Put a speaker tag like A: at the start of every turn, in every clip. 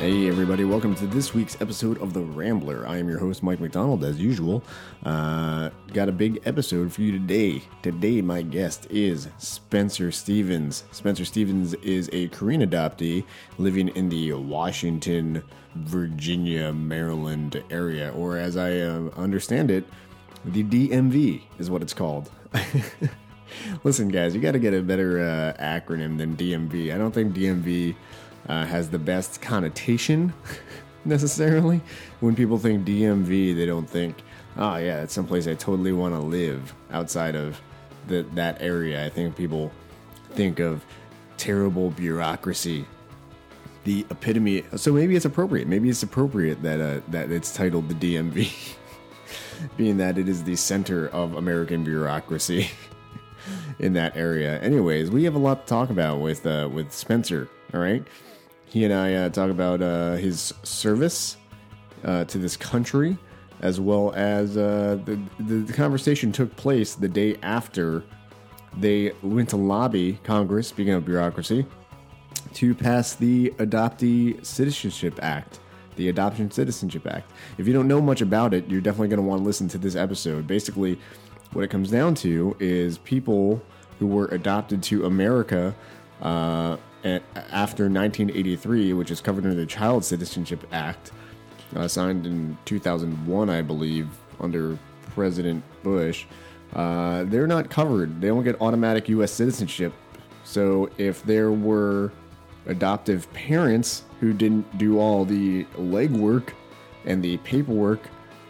A: everybody. Welcome to this week's episode of The Rambler. I am your host, Mike McDonald, as usual. Uh, got a big episode for you today. Today, my guest is Spencer Stevens. Spencer Stevens is a Korean adoptee living in the Washington, Virginia, Maryland area, or as I uh, understand it, the DMV is what it's called. Listen, guys, you got to get a better uh, acronym than DMV. I don't think DMV uh, has the best connotation necessarily. When people think DMV, they don't think, oh, yeah, that's someplace I totally want to live outside of the, that area. I think people think of terrible bureaucracy the epitome. So maybe it's appropriate. Maybe it's appropriate that uh, that it's titled the DMV, being that it is the center of American bureaucracy in that area. Anyways, we have a lot to talk about with uh, with Spencer. All right, he and I uh, talk about uh, his service uh, to this country, as well as uh, the, the the conversation took place the day after they went to lobby Congress. Speaking of bureaucracy, to pass the Adoptee Citizenship Act, the Adoption Citizenship Act. If you don't know much about it, you're definitely going to want to listen to this episode. Basically, what it comes down to is people who were adopted to America uh, a- after 1983, which is covered under the Child Citizenship Act, uh, signed in 2001, I believe, under President Bush. Uh, they're not covered. They don't get automatic U.S. citizenship. So if there were adoptive parents who didn't do all the legwork and the paperwork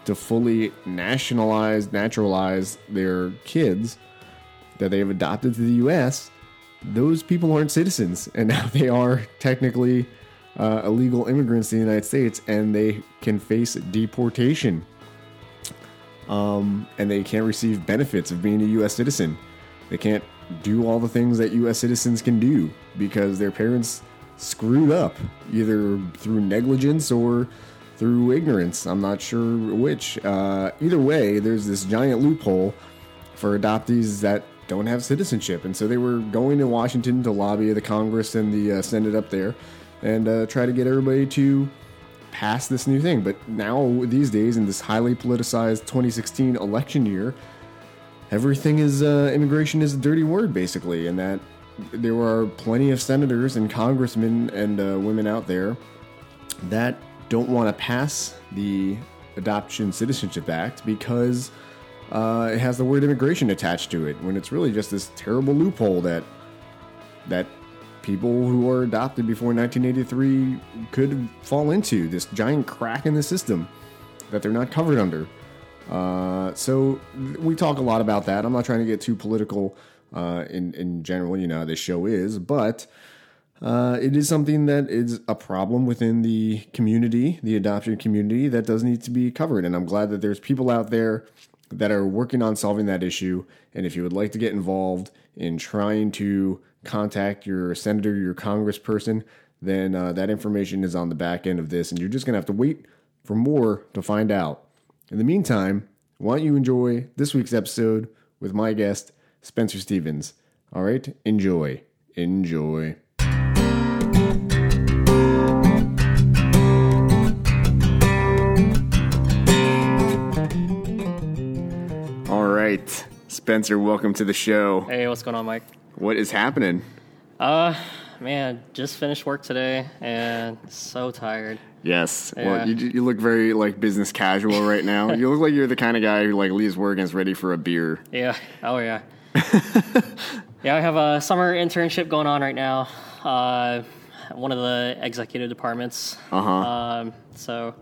A: to fully nationalize, naturalize their kids that they have adopted to the U.S., those people aren't citizens, and now they are technically uh, illegal immigrants in the United States, and they can face deportation. Um, and they can't receive benefits of being a U.S. citizen. They can't do all the things that U.S. citizens can do because their parents screwed up, either through negligence or through ignorance. I'm not sure which. Uh, either way, there's this giant loophole for adoptees that don't have citizenship. And so they were going to Washington to lobby the Congress and the uh, Senate up there and uh, try to get everybody to pass this new thing. But now, these days, in this highly politicized 2016 election year, everything is uh, immigration is a dirty word, basically, and that there are plenty of senators and congressmen and uh, women out there that don't want to pass the Adoption Citizenship Act because uh, it has the word immigration attached to it, when it's really just this terrible loophole that that people who are adopted before 1983 could fall into this giant crack in the system that they're not covered under. Uh, so th- we talk a lot about that. I'm not trying to get too political uh, in in general. You know how this show is, but uh, it is something that is a problem within the community, the adoption community, that does need to be covered. And I'm glad that there's people out there that are working on solving that issue. And if you would like to get involved in trying to contact your senator, your congressperson, then uh, that information is on the back end of this. And you're just going to have to wait for more to find out. In the meantime, why don't you enjoy this week's episode with my guest, Spencer Stevens? All right, enjoy. Enjoy. All right, Spencer, welcome to the show.
B: Hey, what's going on, Mike?
A: What is happening?
B: Uh, man, just finished work today and so tired.
A: Yes.
B: Yeah.
A: Well, you, you look very like business casual right now. you look like you're the kind of guy who like leaves work and is ready for a beer.
B: Yeah. Oh yeah. yeah, I have a summer internship going on right now. Uh, one of the executive departments.
A: Uh-huh.
B: Um, so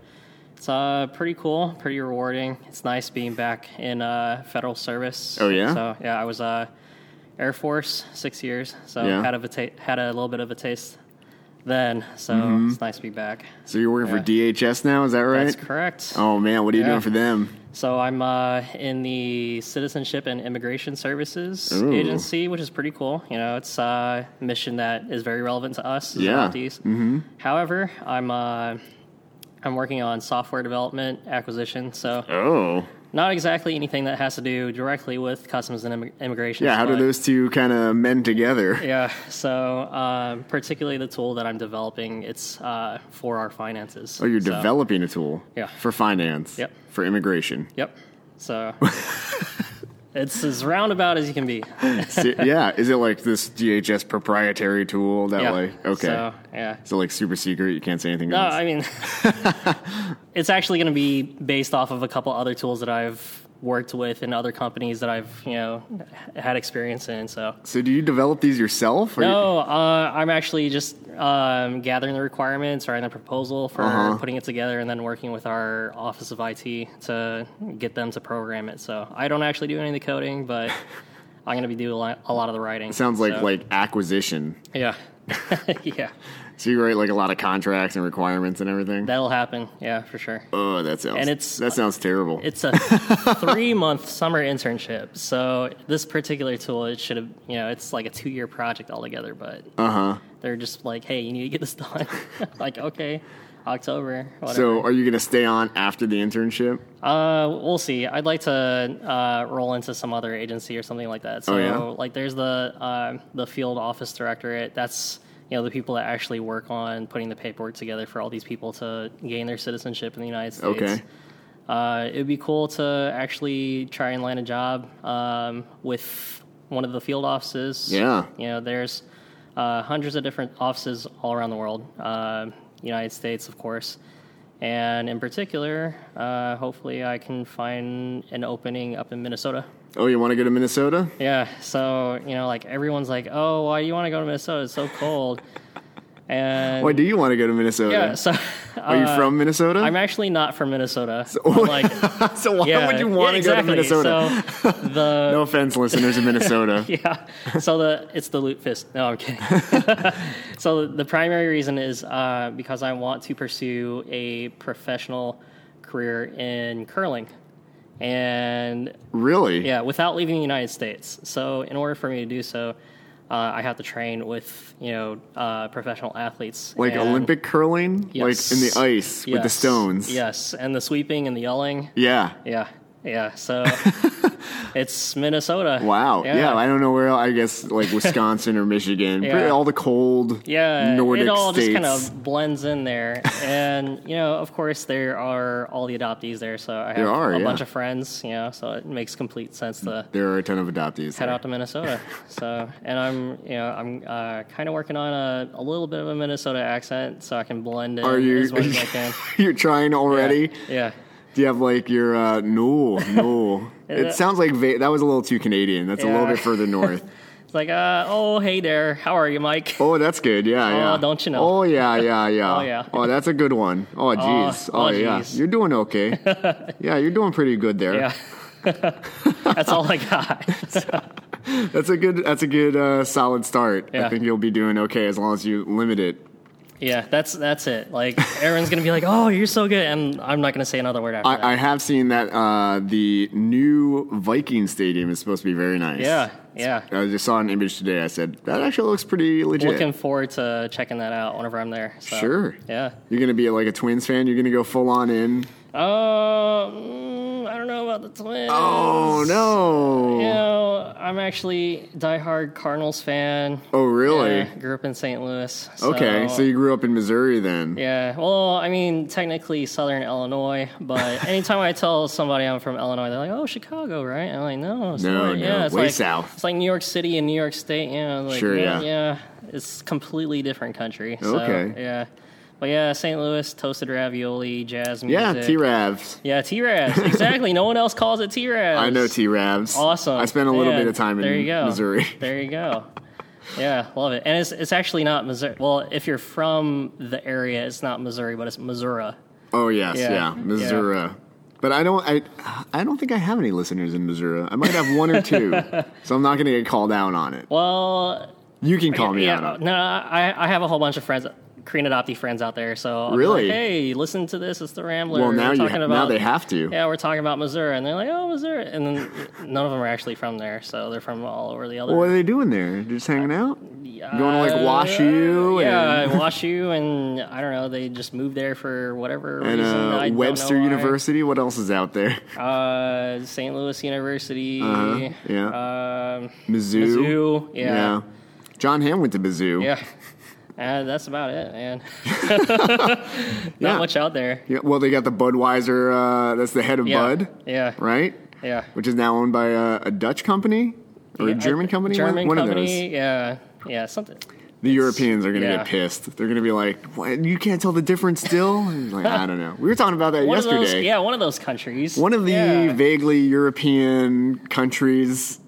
B: it's uh pretty cool, pretty rewarding. It's nice being back in uh federal service.
A: Oh, yeah?
B: So yeah, I was uh Air Force six years, so
A: Yeah.
B: had of a ta- had a little bit of a taste then. So it's nice to be back.
A: So you're working
B: Yeah.
A: for DHS now, is that Mm-hmm. right?
B: That's correct.
A: Oh man, what are you
B: Yeah.
A: doing for them?
B: So I'm uh, in the Citizenship and Immigration Services
A: Ooh.
B: Agency, which is pretty cool. You know, it's uh, a mission that is very relevant to us as
A: Yeah. Mm-hmm.
B: adoptees. However, I'm uh, I'm working on software development acquisition. So
A: Oh,
B: Not exactly anything that has to do directly with customs and immig- immigration.
A: Yeah, how do
B: but-
A: those two kind of mend together?
B: Yeah, so um, particularly the tool that I'm developing, it's uh, for our finances.
A: Oh, you're
B: So-
A: developing a tool
B: Yeah.
A: for finance,
B: Yep.
A: for immigration.
B: Yep. So it's as roundabout as you can be.
A: So- yeah, is it like this DHS proprietary tool that
B: Yeah.
A: like okay?
B: So, yeah.
A: Is it like super secret? You can't say anything.
B: No,
A: else?
B: I mean, it's actually going to be based off of a couple other tools that I've worked with in other companies that I've you know had experience in. So
A: so do you develop these yourself? Or you,
B: no, uh, I'm actually just um, gathering the requirements, writing a proposal for
A: Uh-huh.
B: putting it together, and then working with our office of IT to get them to program it. So I don't actually do any of the coding, but I'm going to be doing a lot, a lot of the writing.
A: sounds like
B: So,
A: like acquisition.
B: yeah, yeah,
A: So you write like a lot of contracts and requirements and everything.
B: that'll happen. Yeah, for sure.
A: oh, that sounds
B: and it's-
A: that sounds terrible.
B: It's a three month summer internship. So this particular tool, it should have, you know, it's like a two year project altogether. But
A: Uh huh.
B: they're just like, hey, you need to get this done. like, okay, October, whatever.
A: So are you gonna stay on after the internship?
B: uh, we'll see. I'd like to uh, roll into some other agency or something like that. So
A: Oh, yeah?
B: like, there's the um the field office directorate. That's you know the people that actually work on putting the paperwork together for all these people to gain their citizenship in the United States.
A: Okay.
B: Uh, it would be cool to actually try and land a job um, with one of the field offices.
A: Yeah.
B: You know, there's uh, hundreds of different offices all around the world, uh, United States, of course. And in particular, uh, hopefully, I can find an opening up in Minnesota.
A: Oh, you want to go to Minnesota?
B: Yeah, so you know, like everyone's like, "Oh, why do you want to go to Minnesota? It's so cold." And
A: Why do you want to go to Minnesota?
B: yeah, so
A: Are you from Minnesota?
B: uh, I'm actually not from Minnesota. I'm like,
A: so why would you want to go to Minnesota?
B: So the
A: No offense, listeners in Minnesota.
B: yeah, so the it's the loot fist. No, I'm kidding. so the primary reason is uh, because I want to pursue a professional career in curling, and
A: Really?
B: yeah, without leaving the United States. So in order for me to do so. Uh, I have to train with you know uh, professional athletes
A: Like
B: and-
A: Olympic curling?
B: Yes.
A: Like in the ice with the
B: Yes.
A: stones.
B: Yes, and the sweeping and the yelling.
A: Yeah.
B: Yeah, yeah. So it's Minnesota.
A: Wow. Yeah. I don't know where else. I guess like Wisconsin or Michigan.
B: Yeah.
A: Pretty- All the cold
B: yeah,
A: Nordic
B: it all
A: states.
B: just kind of blends in there, and you know, of course, there are all the adoptees there, so I have
A: There are,
B: a
A: yeah. Mm.
B: bunch of friends, you know, so it makes complete sense to
A: There are a ton of adoptees.
B: head
A: there.
B: out to Minnesota. so, and I'm, you know, I'm uh, kind of working on a, a little bit of a Minnesota accent, so I can blend in
A: Are you?
B: as much as I can.
A: you're trying already?
B: Yeah,
A: Do you have like your uh, no, no?
B: Yeah.
A: it sounds like va- that was a little too Canadian. That's a little
B: Yeah.
A: bit further north.
B: it's like, uh, oh, hey there, how are you, Mike?
A: Oh, that's good. Yeah, yeah.
B: don't you know.
A: Oh, yeah, yeah, yeah.
B: Oh, yeah.
A: Oh, that's a good one. Oh, jeez.
B: oh,
A: Oh, yeah.
B: jeez.
A: You're doing okay. yeah, you're doing pretty good there.
B: Yeah, that's all I got.
A: That's a good. That's a good uh, solid start. I
B: Yeah.
A: think you'll be doing okay as long as you limit it.
B: Yeah, that's that's it. Like everyone's gonna be like, "Oh, you're so good," and I'm not gonna say another word after that.
A: I, I have seen that uh, the new Viking Stadium is supposed to be very nice.
B: yeah, yeah.
A: I just saw an image today. I said that actually looks pretty legit.
B: Looking forward to checking that out whenever I'm there. So.
A: Sure.
B: Yeah.
A: You're gonna be like a Twins fan. You're gonna go full on in.
B: Uh, mm, I don't know about the Twins.
A: Oh no!
B: You know, I'm actually diehard Cardinals fan.
A: Oh really?
B: Yeah, grew up in St. Louis. So,
A: Okay, so you grew up in Missouri then.
B: Yeah. Well, I mean, technically Southern Illinois, but anytime I tell somebody I'm from Illinois, they're like, "Oh, Chicago, right?" I'm like, "No, it's
A: No,
B: not."
A: no,
B: yeah, it's
A: way
B: like,
A: south.
B: It's like New York City and New York State. You know, like,
A: Sure, yeah.
B: yeah, yeah, It's completely different country. So,
A: Okay.
B: Yeah. But yeah, St. Louis toasted ravioli, jazz
A: Yeah,
B: music.
A: T Ravs.
B: Yeah, T-Ravs. Exactly. no one else calls it T-Ravs.
A: I know T Ravs.
B: Awesome.
A: I spent a little
B: Yeah,
A: bit of time in
B: there you go.
A: Missouri.
B: There you go. Yeah, love it. And it's it's actually not Missouri. Well, if you're from the area, it's not Missouri, but it's Missouri.
A: Oh yes,
B: Yeah.
A: yeah,
B: Yeah.
A: Missouri. But I don't. I I don't think I have any listeners in Missouri. I might have one or two, so I'm not going to get called out on it.
B: Well,
A: You can call me
B: yeah,
A: out on it.
B: no, I I have a whole bunch of friends, Korean adoptee friends out there. So I'll be
A: Really?
B: like, hey, listen to this. It's the Rambler.
A: Well, now
B: we're
A: you
B: talking
A: ha-
B: about
A: now they have to.
B: Yeah, we're talking about Missouri, and they're like, oh, Missouri, and then none of them are actually from there, so they're from all over the other.
A: What are they doing there? They're Just hanging out?
B: Yeah,
A: Going to like WashU
B: Uh, yeah,
A: and,
B: WashU, and I don't know. They just moved there for whatever
A: and
B: reason. I
A: uh,
B: don't know
A: Webster
B: why.
A: University. What else is out there?
B: uh, St. Louis University,
A: Uh-huh, yeah.
B: um,
A: Mizzou.
B: Mizzou, yeah.
A: John Hamm went to Mizzou.
B: yeah. Uh, that's about it, man. Not
A: Yeah.
B: much out there.
A: Yeah, well, they got the Budweiser. Uh, that's the head of
B: Yeah,
A: Bud,
B: yeah,
A: right?
B: yeah.
A: Which is now owned by uh, a, a Dutch company or
B: Yeah,
A: a German
B: I-
A: company. One-
B: German
A: one, of
B: company,
A: those.
B: yeah, yeah, something.
A: The Europeans are going to
B: yeah.
A: get pissed. They're going to be like, what? "You can't tell the difference still." And like, I don't know. We were talking about that
B: One
A: yesterday.
B: of those, yeah, one of those countries.
A: One of the
B: yeah.
A: vaguely European countries.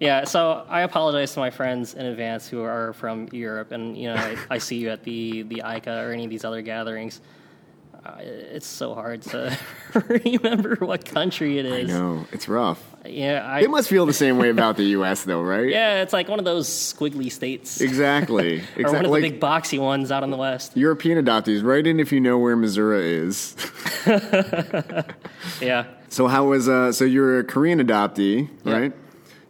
B: Yeah, so I apologize to my friends in advance who are from Europe, and you know I, I see you at the the ICA or any of these other gatherings. Uh, it's so hard to remember what country it is.
A: No, it's rough.
B: Yeah, I,
A: It must feel the same way about the U.S. though, right?
B: yeah, it's like one of those squiggly states,
A: Exactly.
B: or one
A: Exactly.
B: of
A: Like,
B: the big boxy ones out in the west.
A: European adoptees, write in if you know where Missouri is.
B: Yeah,
A: So how was uh? So you're a Korean adoptee,
B: Yeah.
A: right?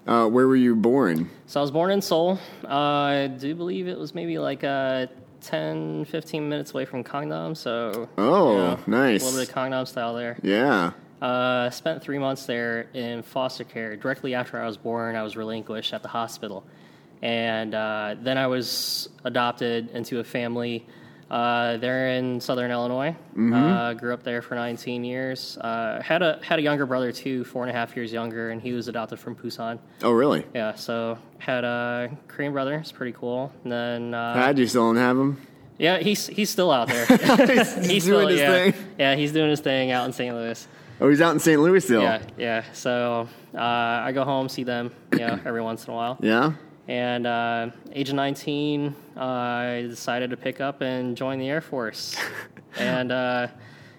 A: Uh, where were you born?
B: so I was born in Seoul. Uh, I do believe it was maybe like uh, 10, 15 minutes away from Gangnam, so
A: Oh,
B: you know,
A: nice.
B: a little bit of Gangnam style there.
A: Yeah.
B: Uh, spent three months there in foster care. Directly after I was born, I was relinquished at the hospital. And uh, then I was adopted into a family. Uh, they're in Southern Illinois.
A: Mm-hmm.
B: Uh, grew up there for 19 years. Uh, had a had a younger brother too, four and a half years younger, and he was adopted from Busan.
A: Oh, really?
B: Yeah, so had a Korean brother. It's pretty cool. And then uh,
A: Had you still don't have him?
B: yeah, he's he's still out there.
A: he's
B: he's
A: doing
B: still,
A: his
B: yeah,
A: thing.
B: yeah, he's doing his thing out in St. Louis.
A: Oh, he's out in St. Louis still.
B: Yeah, yeah. So uh, I go home, see them, you know, every once in a while.
A: Yeah?
B: And uh, age of 19, uh, I decided to pick up and join the Air Force. and uh,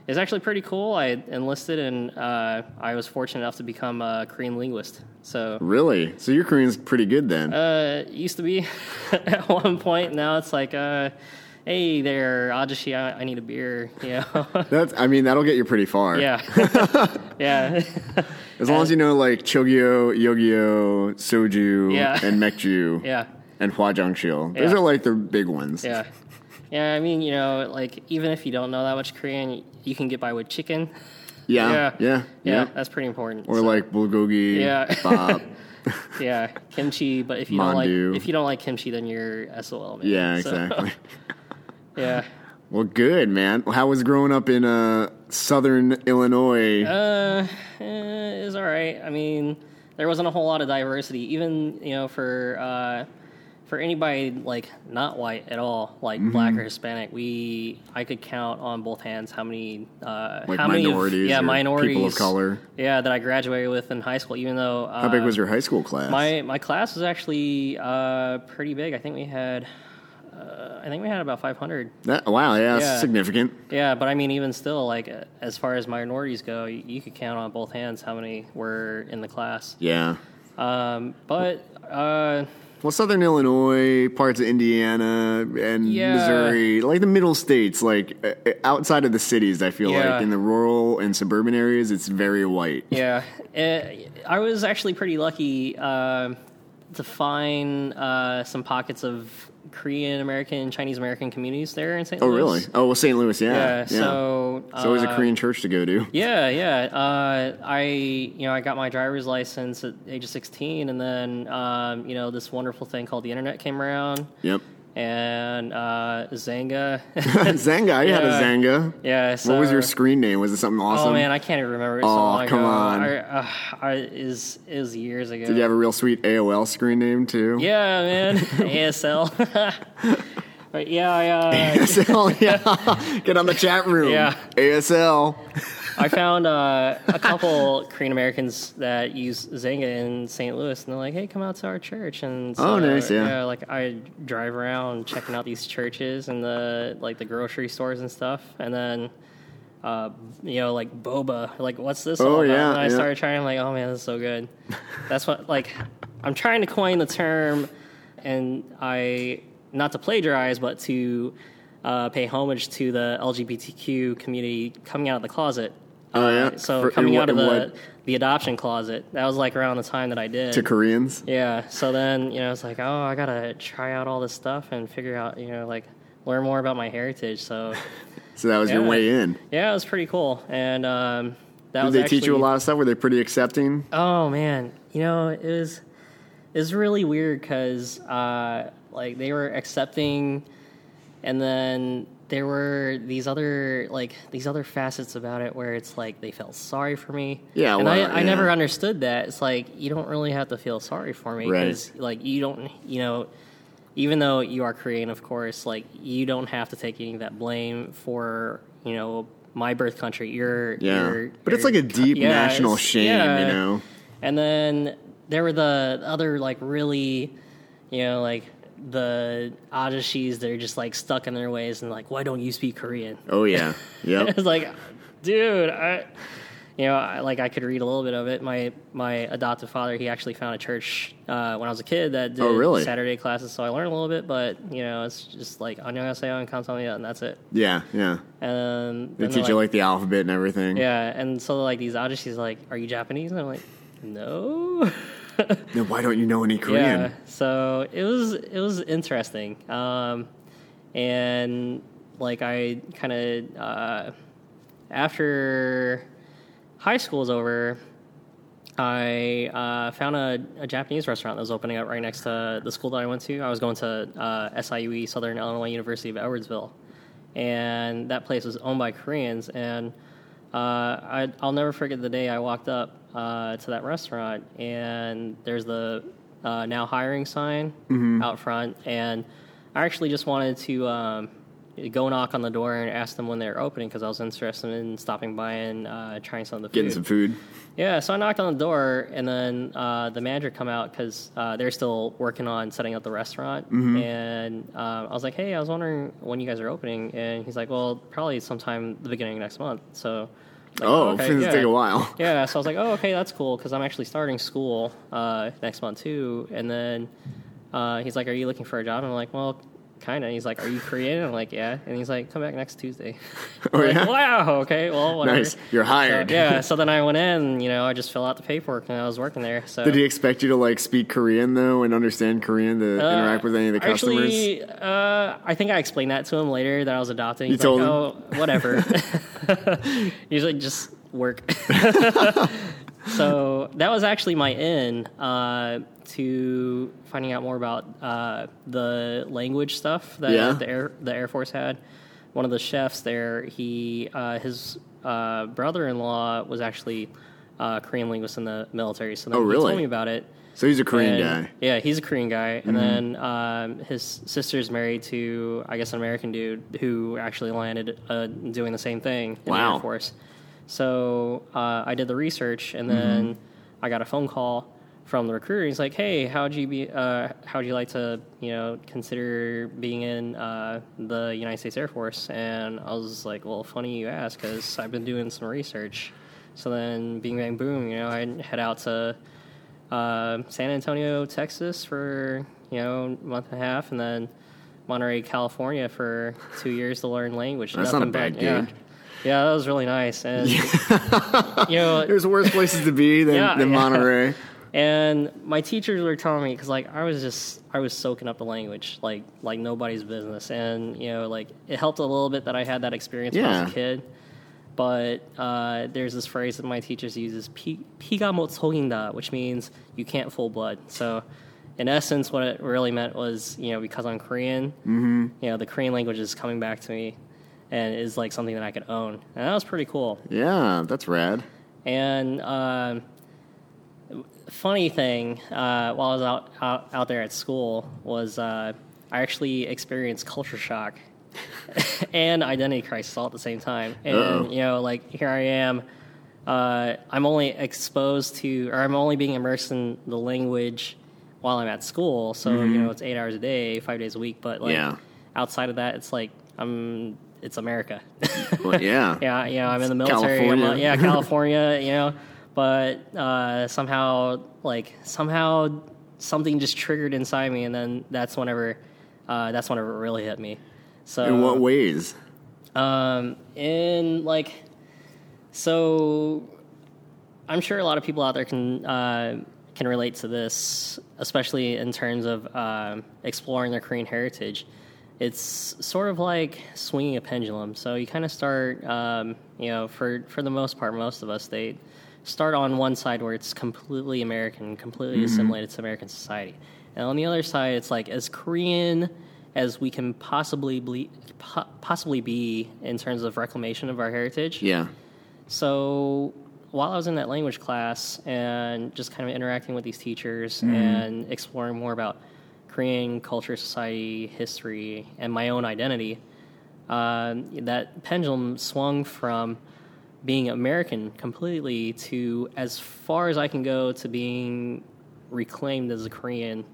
B: it's actually pretty cool. I enlisted, and uh, I was fortunate enough to become a Korean linguist. So
A: Really? So your Korean's pretty good then.
B: uh, it used to be at one point. Now it's like, uh, hey there, Ajashi, I, I need a beer. You know?
A: That's. I mean, that'll get you pretty far.
B: yeah. yeah.
A: As long as you know like Chogyo, Yogyo, Soju,
B: Yeah.
A: and Mekju,
B: Yeah.
A: and Hwajangshil. Those
B: Yeah.
A: are like the big ones.
B: Yeah. Yeah, I mean, you know, like even if you don't know that much Korean, you can get by with chicken.
A: Yeah.
B: Yeah.
A: Yeah. yeah.
B: Yeah, that's pretty important.
A: Or
B: So,
A: like bulgogi,
B: Yeah.
A: bop.
B: yeah, kimchi, but if you don't
A: Mandu.
B: like if you don't like kimchi, then you're SOL, man.
A: Yeah,
B: So,
A: exactly.
B: yeah.
A: Well, good man. How was growing up in uh, Southern Illinois?
B: Uh, eh, it's all right. I mean, there wasn't a whole lot of diversity, even you know for uh, for anybody like not white at all, like
A: Mm-hmm.
B: black or Hispanic. We I could count on both hands how many uh,
A: like
B: how many of-
A: minorities,
B: yeah,
A: or
B: minorities,
A: people of color.
B: yeah, that I graduated with in high school. Even though uh,
A: How big was your high school class?
B: my my class was actually uh, pretty big. I think we had uh, I think we had about five hundred.
A: that, wow, yeah, that's
B: Yeah.
A: significant.
B: Yeah, but I mean, even still, like uh, as far as minorities go, y- you could count on both hands how many were in the class.
A: Yeah.
B: Um, but uh,
A: Well, Southern Illinois, parts of Indiana and
B: Yeah.
A: Missouri, like the middle states, like uh, outside of the cities, I feel
B: Yeah.
A: like in the rural and suburban areas, it's very white.
B: yeah, eh, I was actually pretty lucky uh, to find uh, some pockets of Korean American and Chinese American communities there in St.
A: Oh,
B: Louis.
A: really? Oh, well, St. Louis, yeah.
B: Yeah. So
A: it's always a
B: uh,
A: Korean church to go to.
B: Yeah, yeah. Uh, I you know I got my driver's license at the age of sixteen, and then um, you know this wonderful thing called the internet came around,
A: Yep.
B: and uh, Zanga.
A: Zanga, I had a
B: Yeah.
A: Zanga.
B: yeah. So,
A: What was your screen name? Was it something awesome?
B: Oh man, I can't even remember. It's so
A: Aw,
B: long
A: come
B: ago.
A: on.
B: I, uh, I is is years ago.
A: Did you have a real sweet AOL screen name too?
B: yeah, man. ASL. but yeah, I, uh,
A: ASL, Oh, yeah. Get on the chat room.
B: Yeah.
A: ASL.
B: I found uh, a couple Korean Americans that use Zanga in St. Louis, and they're like, "Hey, come out to our church." And so,
A: Oh, nice, yeah.
B: Like I drive around checking out these churches and the like the grocery stores and stuff, and then. Uh, you know, like boba. Like, what's this? all
A: Oh,
B: about?
A: yeah,
B: And I
A: yeah.
B: started trying. I'm like, oh man, this is so good. That's what. Like, I'm trying to coin the term, and I not to plagiarize, but to uh, pay homage to the LGBTQ community coming out of the closet. Oh
A: yeah?
B: so
A: For-
B: coming
A: in
B: out of
A: what-
B: the
A: in what-
B: the adoption closet, that was like around the time that I did.
A: to Koreans.
B: yeah. So then you know it's like oh I gotta try out all this stuff and figure out you know like learn more about my heritage. So
A: So that was your
B: Yeah.
A: way in.
B: yeah, it was pretty cool. And um, that
A: Did
B: was
A: they
B: actually,
A: teach you a lot of stuff? Were they pretty accepting?
B: Oh man, you know it was it was really weird because uh, like they were accepting, and then there were these other like these other facets about it where it's like they felt sorry for me.
A: Yeah,
B: and I,
A: well,
B: I never
A: yeah.
B: understood that. It's like you don't really have to feel sorry for me
A: Right.
B: because like you don't you know. Even though you are Korean, of course, like you don't have to take any of that blame for you know my birth country. You're
A: Yeah.
B: you're-
A: But it's like a deep
B: yeah,
A: national
B: it's-
A: shame,
B: yeah.
A: you know?
B: And then there were the other like really, you know, like the Ajishis that are just like stuck in their ways and like, why don't you speak Korean?
A: Oh, yeah. Yep.
B: it's like, dude, I, you know, I, like I could read a little bit of it. My my adoptive father, he actually found a church uh, when I was a kid that did
A: Oh, really?
B: Saturday classes, so I learned a little bit. But you know, it's just like 안녕하세요 and 감사합니다, and that's it.
A: yeah, yeah.
B: And
A: They
B: then
A: teach
B: they're
A: you like the alphabet and everything.
B: yeah, and so like these Ajishis, like, are you Japanese? And I'm like, no.
A: Then why don't you know any Korean?
B: yeah. So it was it was interesting, um, and like I kind of uh, after high school was over, I uh, found a, a Japanese restaurant that was opening up right next to the school that I went to. I was going to uh, SIUE, Southern Illinois University of Edwardsville, and that place was owned by Koreans. And uh, I, I'll never forget the day I walked up uh, to that restaurant, and there's the uh, now hiring sign out front. And I actually just wanted to um, go knock on the door and ask them when they're opening because I was interested in stopping by and uh, trying some of the food.
A: Getting some food.
B: Yeah, so I knocked on the door, and then uh, the manager come out because uh, they're still working on setting up the restaurant.
A: Mm-hmm.
B: And uh, I was like, "Hey, I was wondering when you guys are opening." And he's like, "Well, probably sometime the beginning of next month." So, I'm like,
A: oh,
B: okay,
A: it's
B: yeah."
A: take a while.
B: yeah, so I was like, "Oh, okay, that's cool," because I'm actually starting school uh, next month too. And then uh, he's like, "Are you looking for a job?" And I'm like, "Well." Kinda. He's like, "Are you Korean?" I'm like, "Yeah." And he's like, "Come back next Tuesday."
A: Oh,
B: Like,
A: yeah?
B: wow. Okay. Well, whatever.
A: Nice. You're hired.
B: So, yeah. So then I went in. You know, I just filled out the paperwork and I was working there. So
A: Did he expect you to like speak Korean though and understand Korean to
B: Uh,
A: interact with any of the customers?
B: Actually, uh, I think I explained that to him later that I was adopting. He's
A: told
B: like,
A: him?
B: "Oh, whatever." He's like, "Just work." so that was actually my in uh, to finding out more about uh, the language stuff that
A: Yeah.
B: the air the Air Force had. One of the chefs there, he uh, his uh, brother in law was actually uh, Korean linguist in the military. So then
A: Oh,
B: he
A: really?
B: told me about it.
A: so he's a Korean
B: And-
A: guy. Mm-hmm.
B: Yeah, he's a Korean guy, and then um, his sister's married to, I guess, an American dude who actually landed uh, doing the same thing in the
A: Wow.
B: Air Force. So uh, I did the research, and
A: Mm-hmm.
B: then I got a phone call from the recruiter. He's like, "Hey, how'd you be? Uh, how'd you like to, you know, consider being in uh, the United States Air Force?" And I was like, "Well, funny you ask, because I've been doing some research." So then, bing bang boom, you know, I head out to uh, San Antonio, Texas for you know a month and a half, and then Monterey, California for two years to learn language.
A: That's not a
B: Nothing but-
A: bad
B: yeah.
A: gig.
B: Yeah, that was really nice, and you know,
A: There's worse places to be than,
B: Yeah,
A: than
B: yeah.
A: Monterey.
B: and my teachers were telling me because like I was just I was soaking up the language like like nobody's business, and you know like it helped a little bit that I had that experience when I was
A: Yeah.
B: a kid. But uh, there's this phrase that my teachers uses, "피- "피가 못 속인다," which means you can't fool blood. So, in essence, what it really meant was, you know, because I'm Korean, you know, the Korean language is coming back to me, and is like something that I could own, and that was pretty cool.
A: Yeah, that's rad.
B: And um, funny thing, uh, while I was out, out out there at school, was uh, I actually experienced culture shock and identity crisis all at the same time. And
A: Uh-oh.
B: you know, like here I am. Uh, I'm only exposed to, or I'm only being immersed in the language while I'm at school. So you know, it's eight hours a day, five days a week. But like
A: Mm-hmm. Yeah.
B: outside of that, it's like I'm. It's America.
A: Well, yeah.
B: Yeah, you know, I'm in the military.
A: California.
B: I'm, uh, yeah, California, you know. But uh, somehow, like, somehow something just triggered inside me, and then that's whenever, uh, that's whenever it really hit me. So
A: In what ways?
B: um, in like So I'm sure a lot of people out there can uh, can relate to this, especially in terms of um exploring their Korean heritage. It's sort of like swinging a pendulum. So you kind of start, um, you know, for for the most part, most of us they start on one side where it's completely American, completely assimilated to American society, and on the other side it's like as Korean as we can possibly be, po- possibly be in terms of reclamation of our heritage.
A: Yeah.
B: So while I was in that language class and just kind of interacting with these teachers and exploring more about Korean culture, society, history, and my own identity, um, that pendulum swung from being American completely to as far as I can go to being reclaimed as a Korean.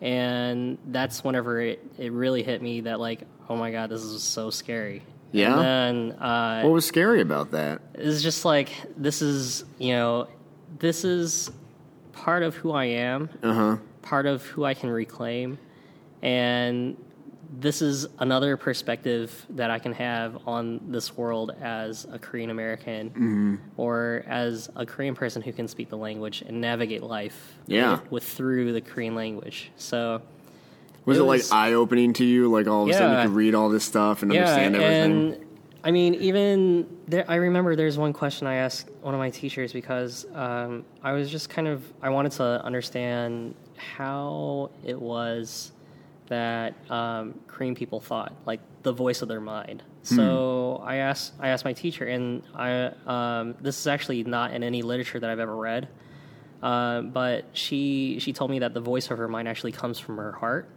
B: and that's whenever it, it really hit me that, like, oh my God, this is so scary.
A: Yeah?
B: And then, uh,
A: What was scary about that?
B: it's just like this is you know this is part of who i am part of who i can reclaim and this is another perspective that i can have on this world as a korean american or as a korean person who can speak the language and navigate life
A: Yeah.
B: with, with through the korean language so
A: Was
B: It
A: it,
B: was-
A: like eye opening to you? Like all of a sudden
B: Yeah.
A: you could read all this stuff and understand everything?
B: and I mean, even there, I remember there's one question I asked one of my teachers because um, I was just kind of I wanted to understand how it was that um, Korean people thought, like the voice of their mind.
A: Hmm.
B: So I asked I asked my teacher, and I um, this is actually not in any literature that I've ever read. Uh, but she she told me that the voice of her mind actually comes from her heart,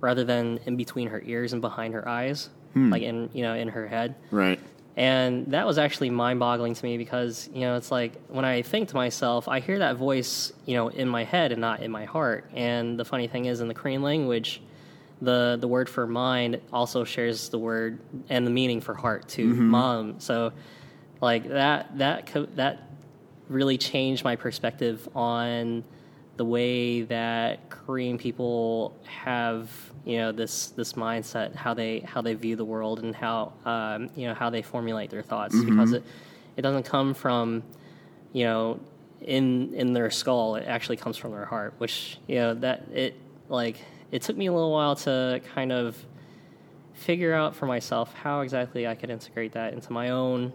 B: rather than in between her ears and behind her eyes, like in you know in her head.
A: Right.
B: And that was actually mind boggling to me because you know it's like when I think to myself, I hear that voice you know in my head and not in my heart. And the funny thing is, in the Korean language, the the word for mind also shares the word and the meaning for heart too, mom. So like that that co- that really changed my perspective on the way that Korean people have you know this this mindset, how they how they view the world, and how um, you know how they formulate their thoughts because it it doesn't come from you know in in their skull. It actually comes from their heart, which you know that it like it took me a little while to kind of figure out for myself how exactly I could integrate that into my own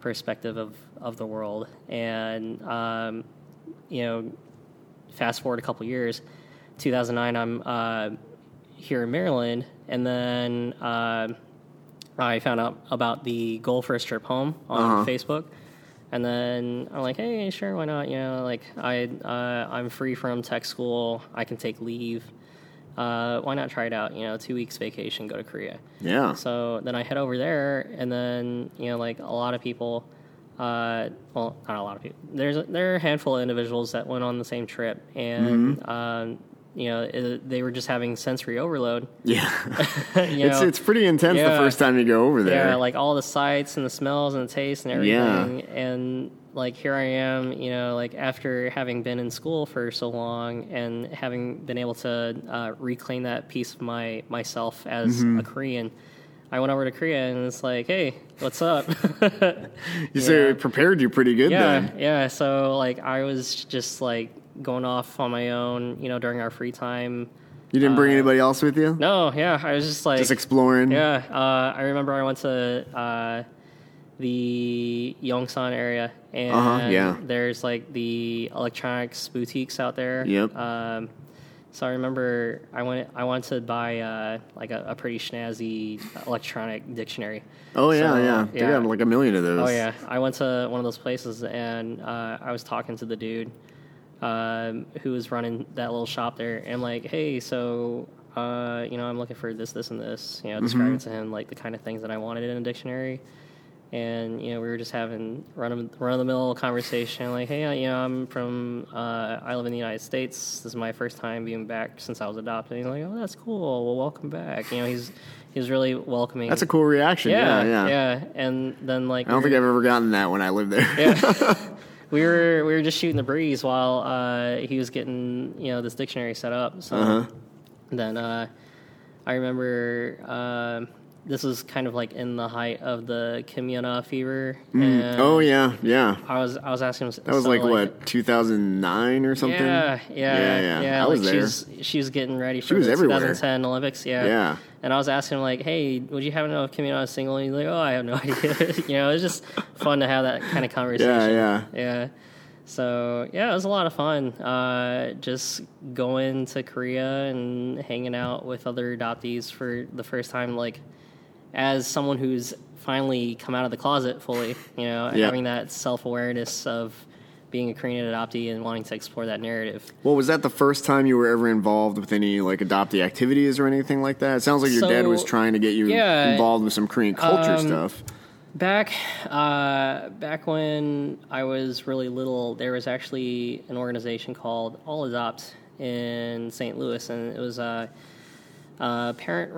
B: perspective of, of the world. And, um, you know, fast forward a couple years, 2009, I'm uh, here in Maryland. And then uh, I found out about the goal for a trip home on
A: Uh-huh.
B: Facebook. And then I'm like, hey, sure, why not? You know, like I, uh, I'm free from tech school. I can take leave. Uh, why not try it out? You know, two weeks vacation, go to Korea.
A: Yeah.
B: So then I head over there, and then you know, like a lot of people, uh, well, not a lot of people. There's there are a handful of individuals that went on the same trip, and
A: Mm-hmm.
B: um, you know, it, they were just having sensory overload.
A: yeah.
B: you
A: it's
B: know?
A: it's pretty intense the
B: Yeah.
A: first time you go over there.
B: Yeah, like all the sights and the smells and the tastes and
A: Yeah.
B: everything. And like here I am, you know, like after having been in school for so long and having been able to uh, reclaim that piece of my myself as
A: Mm-hmm.
B: a Korean, I went over to Korea and it's like, hey, what's up?
A: you say it prepared you pretty good
B: yeah,
A: then.
B: yeah. So like I was just like going off on my own, you know, during our free time.
A: You didn't bring anybody else with you?
B: Uh, No, yeah, I was just like
A: Just exploring.
B: yeah, uh, I remember I went to uh, the Yongsan area, and
A: Uh-huh, yeah.
B: there's like the electronics boutiques out there.
A: Yep.
B: Um, so I remember I went I wanted to buy uh, like a, a pretty snazzy electronic dictionary.
A: Oh yeah,
B: So,
A: yeah. They got like a million of those.
B: Oh yeah, I went to one of those places and uh, I was talking to the dude um, who was running that little shop there, and like, hey, so uh, you know, I'm looking for this, this, and this. You know, describing
A: Mm-hmm.
B: to him like the kind of things that I wanted in a dictionary, and you know, we were just having run run of the mill conversation, like, hey, you know, I'm from uh, I live in the United States. This is my first time being back since I was adopted. he's like, oh, that's cool. Well, welcome back. You know, he's he's really welcoming.
A: That's a cool reaction. Yeah, yeah.
B: yeah, And then like
A: I don't think I've ever gotten that when I lived there.
B: yeah. we were we were just shooting the breeze while uh, he was getting you know this
A: Uh-huh.
B: dictionary set up. So then uh, I remember um this is kind of like in the height of the Kimyuna fever. and
A: Oh yeah, yeah.
B: I was I was asking.
A: That was like, what 2009 or something.
B: Yeah, yeah,
A: yeah, yeah. I
B: like
A: was there.
B: she was she was getting ready for
A: was
B: the
A: everywhere.
B: 2010 Olympics. Yeah,
A: Yeah.
B: And I was asking him like, "Hey, would you happen to know if Kimmy was single?" And he's like, "Oh, I have no idea." you know, it's just fun to have that kind of conversation.
A: yeah, yeah.
B: Yeah. So yeah, it was a lot of fun. Uh, just going to Korea and hanging out with other adoptees for the first time, like as someone who's finally come out of the closet fully, you know,
A: Yeah.
B: having that self awareness of being a Korean adoptee and wanting to explore that narrative.
A: Well, was that the first time you were ever involved with any like adoptee activities or anything like that? It sounds like your dad
B: So,
A: was trying to get you
B: yeah,
A: involved with some Korean culture
B: um,
A: stuff.
B: Back, uh, back when I was really little, there was actually an organization called All Adopt in St. Louis, and it was uh, a, a uh,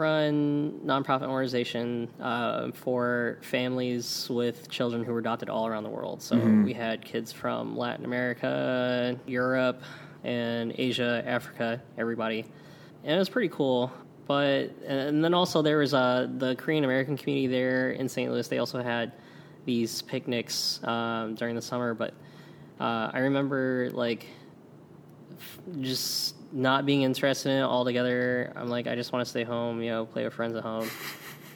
B: parent-run nonprofit organization uh, for families with children who were adopted all around the world. So we had kids from Latin America, Europe, and Asia, Africa, everybody, and it was pretty cool. But and then also there was uh, the Korean American community there in St. Louis. They also had these picnics um, during the summer, but uh, I remember like just not being interested in it altogether. I'm like, I just want to stay home, you know, play with friends at home,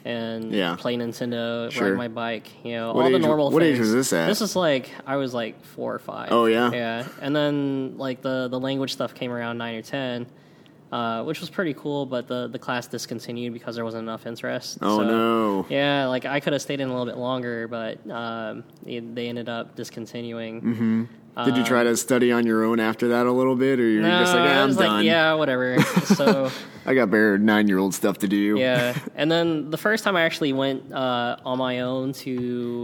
B: and
A: Yeah.
B: play Nintendo,
A: Sure.
B: ride my bike, you know,
A: What
B: all the
A: age-
B: normal.
A: what age
B: things.
A: was this at?
B: This is like I was like four or five.
A: Oh, yeah?
B: yeah. And then like the the language stuff came around nine or ten. Uh, which was pretty cool, but the, the class discontinued because there wasn't enough interest.
A: Oh
B: So,
A: no.
B: Yeah, like I could have stayed in a little bit longer, but um, they, they ended up
A: Mm-hmm.
B: discontinuing.
A: Did you try to study on your own after that a little bit, or you're
B: uh, No,
A: just like, "Ah,
B: Uh, I
A: I'm
B: was
A: done?
B: like, yeah, whatever. So,
A: I got bare nine year old stuff to do.
B: yeah. And then the first time I actually went uh, on my own to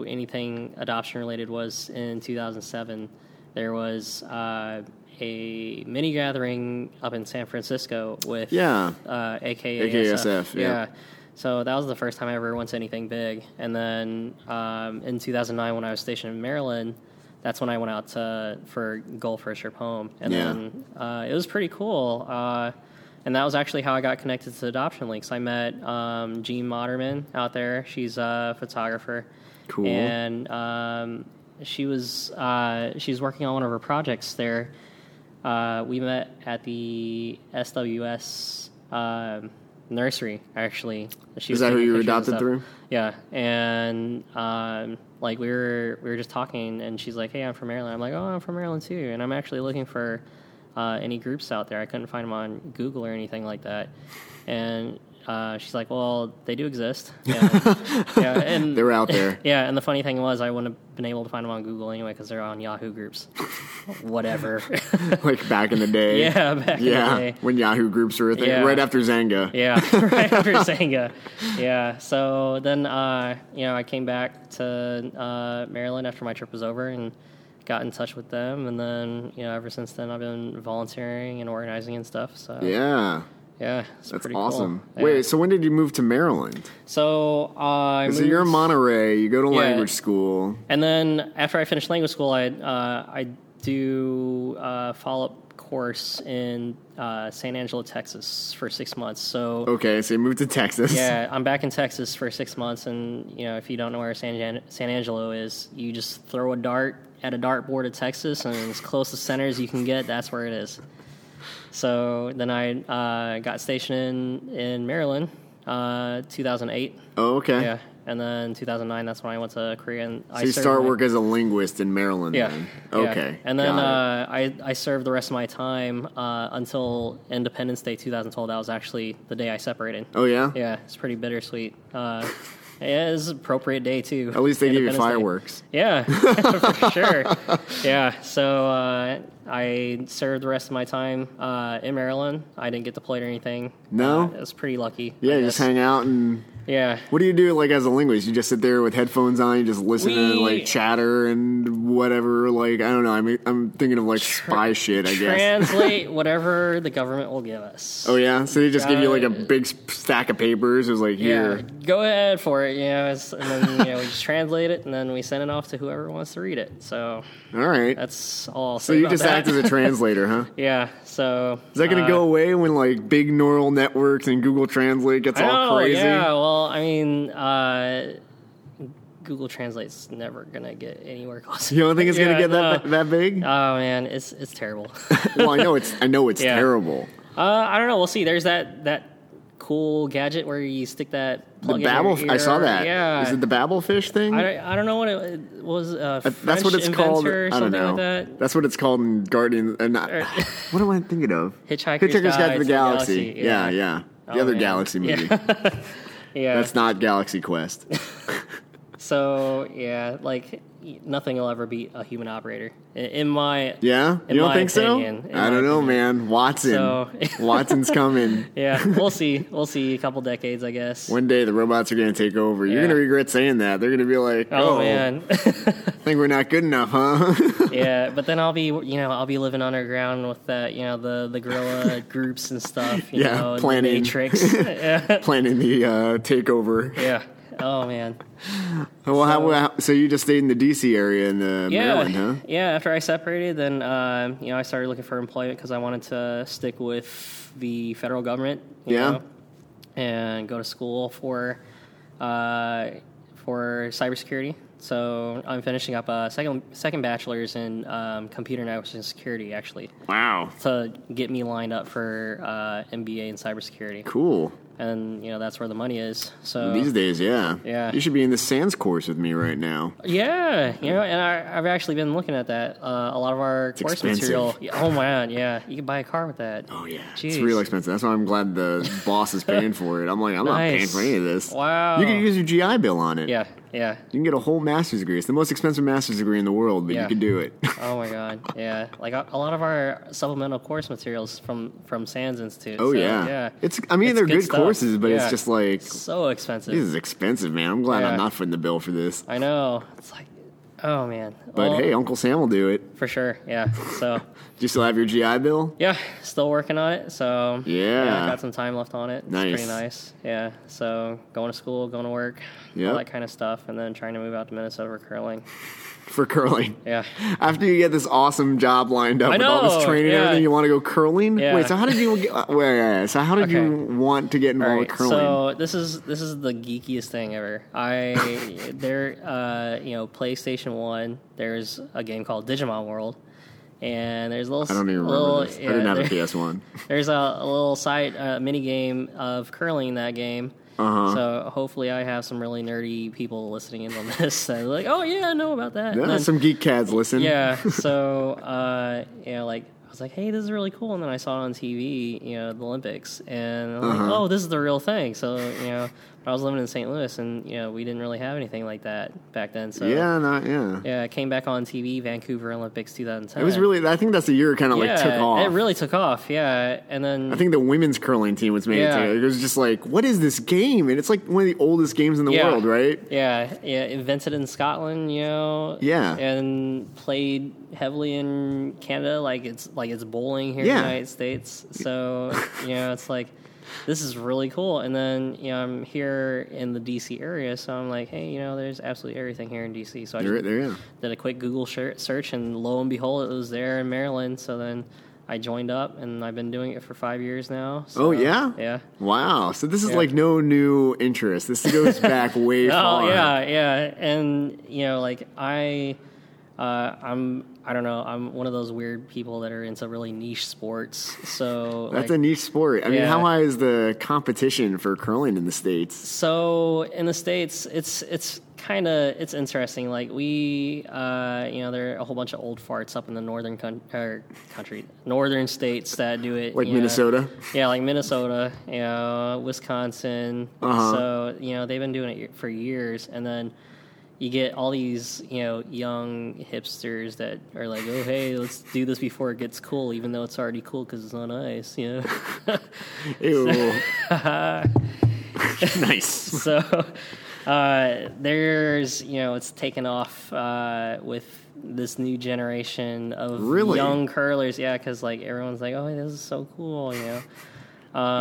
B: anything adoption related was in 2007. There was uh, a mini gathering up in San Francisco with
A: Yeah.
B: uh, AKA
A: AKSF, yeah.
B: So that was the first time I ever went to anything big. And then um, in 2009, when I was stationed in Maryland, that's when I went out to for Goal First Trip Home. And
A: Yeah.
B: then uh, it was pretty cool. Uh, and that was actually how I got connected to Adoption Links. I met um, Jean Moderman out there. She's a photographer.
A: Cool.
B: And um, she was uh, she was working on one of her projects there. Uh, we met at the SWS um, nursery. Actually, she
A: Is
B: was
A: that who
B: taking
A: you were
B: pictures and
A: adopted
B: stuff.
A: through?
B: Yeah, and um, like we were we were just talking, and she's like, "Hey, I'm from Maryland." I'm like, "Oh, I'm from Maryland too," and I'm actually looking for uh, any groups out there. I couldn't find them on Google or anything like that, and. Uh, she's like, well, they do exist. Yeah, yeah and
A: They're out there.
B: yeah, and the funny thing was, I wouldn't have been able to find them on Google anyway because they're on Yahoo groups. Whatever.
A: like back in the day.
B: Yeah, back in the
A: yeah.
B: day.
A: When Yahoo groups were a thing,
B: Yeah.
A: right after Zanga.
B: Yeah, right after Zanga. uh, Yeah. So then, uh, you know, I came back to uh, Maryland after my trip was over and got in touch with them. And then, you know, ever since then, I've been volunteering and organizing and stuff. So
A: Yeah.
B: yeah, it's
A: That's
B: pretty
A: awesome.
B: Cool. Yeah.
A: Wait, so when did you move to Maryland?
B: So uh, I
A: So you're in
B: moved-
A: Monterey. You go to
B: Yeah.
A: language school.
B: And then after I finish language school, I uh, I do a follow up course in uh, San Angelo, Texas, for six months. So
A: Okay, so you moved to Texas.
B: yeah, I'm back in Texas for six months, and you know if you don't know where San Jan- San Angelo is, you just throw a dart at a dartboard of Texas, and as close to center as you can get, that's where it is. So then I uh, got stationed in, in Maryland, uh, 2008.
A: Oh, okay.
B: Yeah, and then 2009. That's when I went to Korea. And I
A: So you
B: served
A: start
B: my-
A: work as a linguist in Maryland
B: yeah.
A: then.
B: yeah.
A: Okay.
B: And then
A: got
B: uh, I, I served the rest of my time uh, until Independence Day 2012. That was actually the day I separated.
A: it. Oh yeah?
B: uh, Yeah, it's pretty bittersweet. Uh, yeah, it's an appropriate day, too.
A: At least they give you
B: Independence Day.
A: fireworks.
B: Yeah, for sure. Yeah, so uh, I served the rest of my time uh, in Maryland. I didn't get deployed or anything.
A: No?
B: Uh, I was pretty lucky. I
A: Yeah, you just
B: guess.
A: hang out and
B: Yeah.
A: what do you do like as a linguist? You just sit there with headphones on, you just listen to
B: We-
A: like chatter and whatever, like I don't know, I'm I'm thinking of like spy shit, I guess.
B: Translate whatever the government will give us.
A: Oh yeah, so they just give you like a
B: Uh,
A: big s- stack of papers. It was like
B: Yeah,
A: here,
B: go ahead for it. You know, it's, and then you know we just translate it, and then we send it off to whoever wants to read it. So
A: all right.
B: that's all. I'll
A: so
B: say
A: you
B: about
A: just
B: that.
A: act as a translator, huh?
B: yeah. So uh,
A: Is that going to go away when like big neural networks and Google Translate gets all
B: oh
A: crazy?
B: yeah, well Well, I mean, uh, Google Translate's never gonna get anywhere close.
A: You don't think it's
B: Yeah,
A: gonna get that
B: no.
A: that big?
B: Oh man, it's it's terrible.
A: well, I know it's I know it's
B: Yeah.
A: terrible.
B: uh, I don't know. We'll see. There's that that cool gadget where you stick that
A: The
B: plug in your
A: babble. I saw
B: ear.
A: that.
B: Yeah.
A: Is it the babble fish thing?
B: I, don't- I don't know what it was. Uh,
A: That's what it's called.
B: Or
A: I
B: something
A: don't know.
B: Like that.
A: That's what it's called in Guardian. Uh, not, what am I thinking of?
B: Hitchhiker's Guide
A: to the Galaxy. Yeah, yeah. The
B: Oh,
A: other
B: man.
A: Galaxy movie.
B: Yeah.
A: That's not Galaxy Quest.
B: so yeah, like nothing will ever beat a human operator in, in my
A: Yeah,
B: In
A: you don't
B: my
A: think
B: opinion,
A: so?
B: in
A: I
B: my
A: don't know, man. Watson.
B: So-
A: Watson's coming.
B: yeah. We'll see. We'll see. A couple decades, I guess.
A: One day the robots are gonna take over. You're
B: Yeah.
A: gonna regret saying that. They're gonna be like,
B: oh
A: "Oh,
B: man.
A: think we're not good enough, huh?"
B: yeah, but then I'll be, you know, I'll be living underground with that, you know, the the guerrilla groups and stuff. You
A: Yeah,
B: know, and the
A: planning.
B: Matrix. yeah.
A: Planning the uh, takeover.
B: yeah. Oh man.
A: Well, how, how, so you just stayed in the DC area in uh,
B: Yeah.
A: Maryland, huh?
B: Yeah. After I separated, then um, you know I started looking for employment because I wanted to stick with the federal government. you
A: Yeah.
B: know, and go to school for uh, for cybersecurity. So I'm finishing up a second second bachelor's in um, computer networks and security, actually.
A: Wow,
B: to get me lined up for uh, MBA in cybersecurity,
A: cool.
B: and you know that's where the money is. So
A: These days, yeah.
B: Uh, Yeah.
A: You should be in the Sans course with me right now.
B: yeah, you know, and I, I've actually been looking at that. Uh, a lot of our course
A: expensive.
B: material. Yeah, Oh man, yeah, you can buy a car with that.
A: Oh yeah, it's
B: Jeez.
A: real expensive. That's why I'm glad the boss is paying for it. I'm like, I'm not paying
B: Nice.
A: for any of this.
B: Wow.
A: You can use your GI Bill on it.
B: Yeah, yeah.
A: You can get a whole master's degree. It's the most expensive master's degree in the world, but you
B: Yeah.
A: can do it.
B: Oh my god, yeah. Like a, a lot of our supplemental course materials from from Sands Institute.
A: Oh
B: so,
A: yeah.
B: yeah.
A: It's. I mean,
B: It's
A: they're
B: good
A: good,
B: stuff.
A: courses, but it's
B: Yeah.
A: just like this
B: so expensive.
A: is expensive, man. I'm glad I'm
B: Yeah.
A: not footing the bill for this.
B: I know. It's like, oh man.
A: But
B: Well,
A: hey, Uncle Sam will do it.
B: for sure. Yeah. So.
A: Do you still have your GI Bill?
B: Yeah, still working on it. So
A: Yeah.
B: got some time left on it. It's
A: Nice.
B: pretty nice. Yeah, so going to school, going to work,
A: Yep.
B: all that kind of stuff, and then trying to move out to Minnesota for curling.
A: For curling.
B: Yeah,
A: After you get this awesome job lined up
B: I
A: with all this
B: know,
A: training
B: yeah.
A: and everything, you want to go curling?
B: Yeah.
A: Wait, so how did you get, uh, wait, wait, wait, so how did
B: Okay.
A: you want to get involved
B: all
A: with
B: right.
A: Oh, curling?
B: So this is this is the geekiest thing ever. I there, uh, you know, PlayStation One. There's a game called Digimon World, and there's a little.
A: I don't even remember
B: little,
A: this.
B: yeah,
A: I didn't have
B: there-
A: a PS1.
B: There's a, a little side uh, mini game of curling in that game.
A: Uh-huh.
B: So hopefully, I have some really nerdy people listening in on this. And like, oh yeah, I know about that.
A: Yeah,
B: And then-
A: some geek cads listen.
B: yeah. So uh, you know, like I was like, hey, this is really cool. And then I saw it on TV, you know, the Olympics, and I'm like,
A: Uh-huh.
B: oh, this is the real thing. So you know, I was living in St. Louis, and you know, we didn't really have anything like that back then. So
A: Yeah, not, yeah.
B: yeah, it came back on TV, Vancouver Olympics 2010.
A: It was really, I think that's the year it kind of like took off.
B: It really took off, yeah. And then
A: I think the women's curling team was made
B: Yeah.
A: it. Too. It was just like, what is this game? And it's like one of the oldest games in the
B: Yeah.
A: world, right?
B: Yeah, yeah, invented in Scotland, you know.
A: Yeah.
B: and played heavily in Canada, like it's like it's bowling here
A: Yeah.
B: in the United States. So you know, it's like this is really cool. And then you know, I'm here in the DC area, so I'm like, hey, you know, there's absolutely everything here in DC. So I
A: There,
B: just
A: there, yeah.
B: did a quick Google shir- search, and lo and behold, it was there in Maryland. So then I joined up, and I've been doing it for five years now. So,
A: Oh, yeah?
B: yeah.
A: Wow. So this is
B: Yeah.
A: like no new interest. This goes back way far.
B: Oh yeah, yeah, and you know, like I, uh, I'm, I don't know, I'm one of those weird people that are into really niche sports. So
A: That's
B: like,
A: a niche sport. I mean,
B: Yeah.
A: how high is the competition for curling in the states?
B: so in the states, it's it's kind of it's interesting. Like we, uh, you know, there are a whole bunch of old farts up in the northern coun- or country, northern states that do it,
A: Like
B: you know.
A: Minnesota?
B: Yeah, like Minnesota, you know, Wisconsin.
A: Uh-huh.
B: So, you know, they've been doing it for years. And then you get all these, you know, young hipsters that are like, oh, hey, let's do this before it gets cool, even though it's already cool because it's on ice, you know?
A: Ew. nice.
B: so uh, there's, you know, it's taken off uh, with this new generation of
A: Really?
B: young curlers. Yeah, because, like, everyone's like, oh, this is so cool, you know?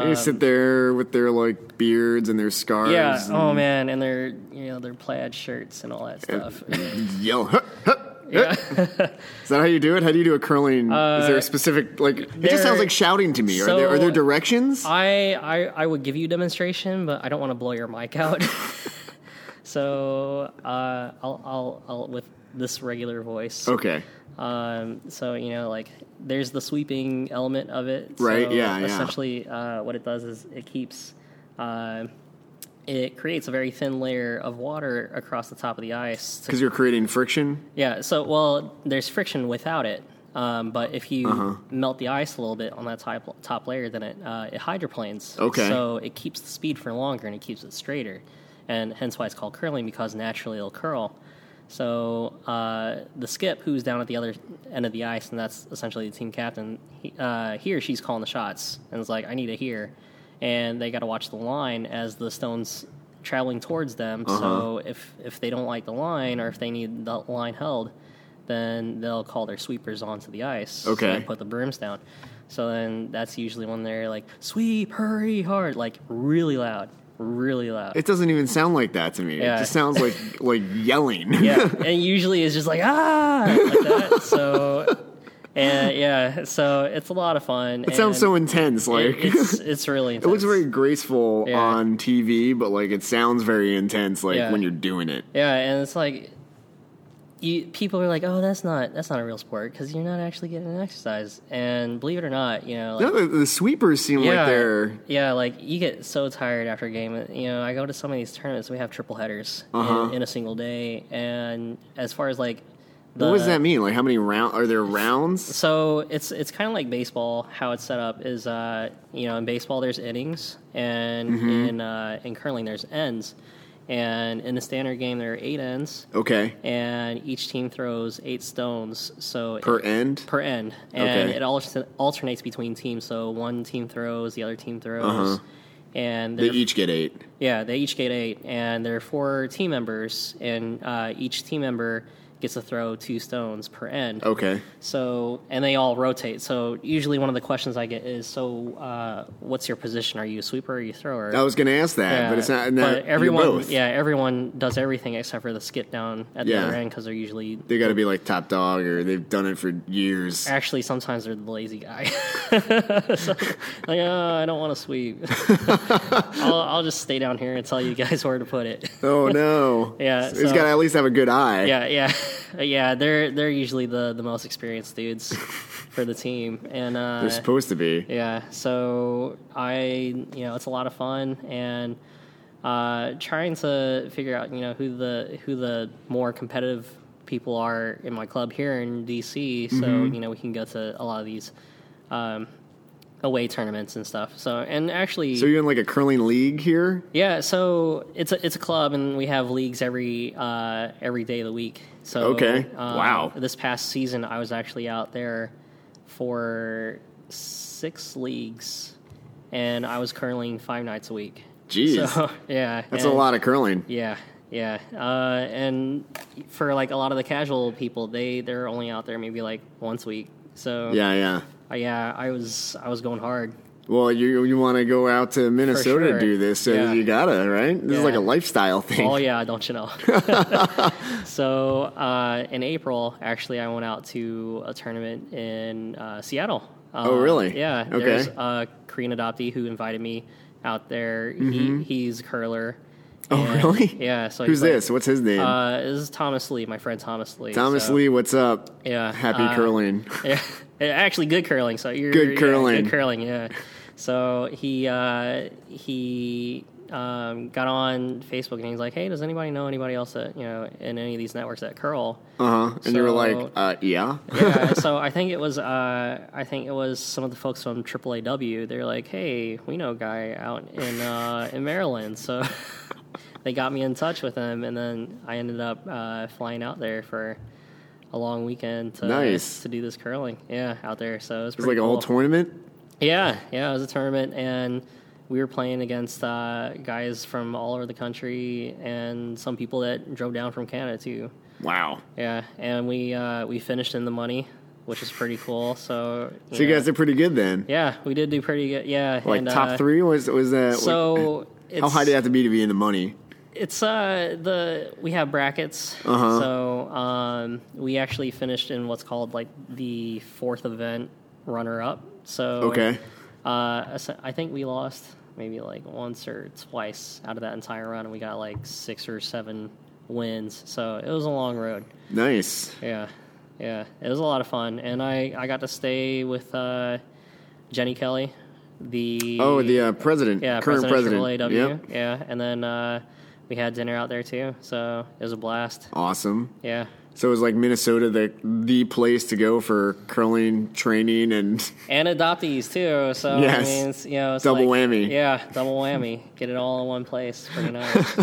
A: they sit there with their like beards and their scarves.
B: Yeah.
A: and
B: Oh man, and their you know their plaid shirts and all that stuff.
A: Yell. "Hup, hup."
B: Yeah.
A: Is that how you do it? How do you do a curling? Is there
B: Uh,
A: a specific like? It
B: there-
A: just sounds like shouting to me. are there are
B: so- uh,
A: there directions?
B: I, I I would give you a demonstration, but I don't want to blow your mic out. so uh, I'll, I'll I'll with this regular voice.
A: okay.
B: Um, so you know, like there's the sweeping element of it.
A: Right,
B: So
A: yeah, yeah.
B: Essentially, uh, what it does is it keeps. Uh, it creates a very thin layer of water across the top of the ice to
A: Because you're creating friction.
B: yeah. So, well, there's friction without it, um, but if you
A: Uh-huh.
B: melt the ice a little bit on that top, top layer, then it uh, it hydroplanes.
A: Okay.
B: So it keeps the speed for longer and it keeps it straighter, and hence why it's called curling because naturally it'll curl. So uh, the skip, who's down at the other end of the ice, and that's essentially the team captain, he, uh, he or she's calling the shots, and it's like, I need a here, and they got to watch the line as the stones traveling towards them. So if if they don't like the line or if they need the line held, then they'll call their sweepers onto the ice.
A: Okay.
B: And put the brooms down. So then that's usually when they're like sweep, hurry, hard, like really loud, really loud.
A: It doesn't even sound like that to me. It
B: Yeah.
A: just sounds like like yelling.
B: yeah, and usually it's just like ah like that. So. And yeah, so it's a lot of fun.
A: it sounds so intense. Like
B: It, it's it's really intense.
A: It looks very graceful
B: Yeah.
A: on TV, but like it sounds very intense, like
B: Yeah.
A: when you're doing it.
B: Yeah, and it's like you, people are like, "Oh, that's not that's not a real sport because you're not actually getting an exercise." And believe it or not, you know, like,
A: No, the, the sweepers seem
B: yeah,
A: like they're
B: yeah, like you get so tired after a game. You know, I go to some of these tournaments. We have triple headers
A: Uh-huh.
B: in, in a single day, and as far as like, the,
A: what does that mean? Like how many round are there rounds?
B: So it's it's kind of like baseball. How it's set up is, uh, you know, in baseball there's innings, and
A: Mm-hmm.
B: in uh, in curling there's ends, and in the standard game there are eight ends.
A: Okay,
B: and each team throws eight stones. So
A: per
B: it,
A: end.
B: per end, and
A: Okay.
B: it alter- alternates between teams. So one team throws, the other team throws, and
A: Uh-huh. They e-,
B: there-
A: each get eight.
B: yeah, they each get eight, and there are four team members, and uh, each team member gets to throw two stones per end.
A: Okay,
B: So, and they all rotate. So, usually one of the questions I get is, "So, uh, what's your position? Are you a sweeper? Are you a thrower?"
A: I was gonna ask that,
B: Yeah,
A: Oh, but it's not. not
B: but everyone,
A: you're both.
B: yeah, everyone does everything except for the skip down at
A: Yeah.
B: the other end because they're usually
A: they got to be like top dog, or they've done it for years.
B: actually sometimes they're the lazy guy. So, like, oh, I don't want to sweep. I'll, I'll just stay down here and tell you guys where to put it.
A: Oh no!
B: Yeah,
A: it's
B: so-
A: got to at least have a good eye.
B: Yeah, yeah, yeah. They're they're usually the the most experienced dudes for the team, and uh,
A: they're supposed to be.
B: yeah, so I, you know, it's a lot of fun and uh, trying to figure out, you know, who the who the more competitive people are in my club here in DC. So you know, we can go to a lot of these um, away tournaments and stuff. So and actually,
A: So you're in like a curling league here.
B: yeah, so it's a it's a club, and we have leagues every uh, every day of the week. So
A: Okay.
B: um,
A: Wow.
B: This past season, I was actually out there for six leagues, and I was curling five nights a week.
A: Jeez.
B: So, yeah,
A: That's a
B: and-
A: lot of curling.
B: Yeah, yeah, uh, and for like a lot of the casual people, they they're only out there maybe like once a week. So
A: Yeah, yeah.
B: uh, yeah, I was I was going hard.
A: Well, you you want to go out to Minnesota
B: sure.
A: to do this, so
B: Yeah.
A: you gotta right. This is
B: Yeah.
A: like a lifestyle thing.
B: Oh yeah, don't you know? so uh, in April, actually, I went out to a tournament in uh, Seattle. Uh,
A: Oh, really?
B: Yeah.
A: Okay.
B: There's a Korean adoptee who invited me out there. He, he's a curler.
A: Mm-hmm. Oh,
B: And-
A: really?
B: Yeah. So
A: Who's
B: he's like-
A: this? What's his name?
B: Uh, this is Thomas Lee, my friend Thomas Lee.
A: Thomas
B: So-
A: Lee. What's up?
B: Yeah,
A: Happy
B: uh,
A: curling.
B: yeah, actually good curling. So you're
A: Good
B: yeah,
A: curling.
B: good curling. Yeah. So he uh, he um, got on Facebook and he's like, "Hey, does anybody know anybody else that you know in any of these networks that curl?"
A: Uh huh. And you were like,
B: so-
A: uh, yeah.
B: yeah, so I think it was uh, I think it was some of the folks from AAAW. They're like, "Hey, we know a guy out in uh, in Maryland," so they got me in touch with him, and then I ended up uh, flying out there for a long weekend to
A: Nice.
B: to do this curling. Yeah, out there, so it was,
A: It's like
B: pretty
A: a
B: cool.
A: whole tournament.
B: Yeah, yeah, it was a tournament, and we were playing against uh, guys from all over the country, and some people that drove down from Canada too.
A: Wow.
B: Yeah, and we uh, we finished in the money, which is pretty cool. So,
A: So you
B: know,
A: guys did pretty good then.
B: yeah, we did do pretty good. Yeah,
A: Like
B: and,
A: top
B: uh,
A: three was was that?
B: So,
A: how
B: it's-
A: high do you have to be to be in the money?
B: it's uh the we have brackets
A: Uh-huh.
B: so um we actually finished in what's called like the fourth event runner up so
A: Okay.
B: uh es- i think we lost maybe like once or twice out of that entire run and we got like six or seven wins so it was a long road
A: Nice.
B: yeah yeah it was a lot of fun and i i got to stay with uh jenny kelly the
A: Oh, the uh, president,
B: yeah,
A: current
B: president,
A: president.
B: of
A: Yep.
B: AAW. Yeah, and then uh, we had dinner out there too, so it was a blast.
A: Awesome.
B: Yeah,
A: So it was like Minnesota, the the place to go for curling training, and
B: and adoptees too. So I
A: Yes.
B: mean, it's, you know, it's
A: Double
B: like-
A: whammy.
B: Yeah, double whammy. Get it all in one place. Pretty nice.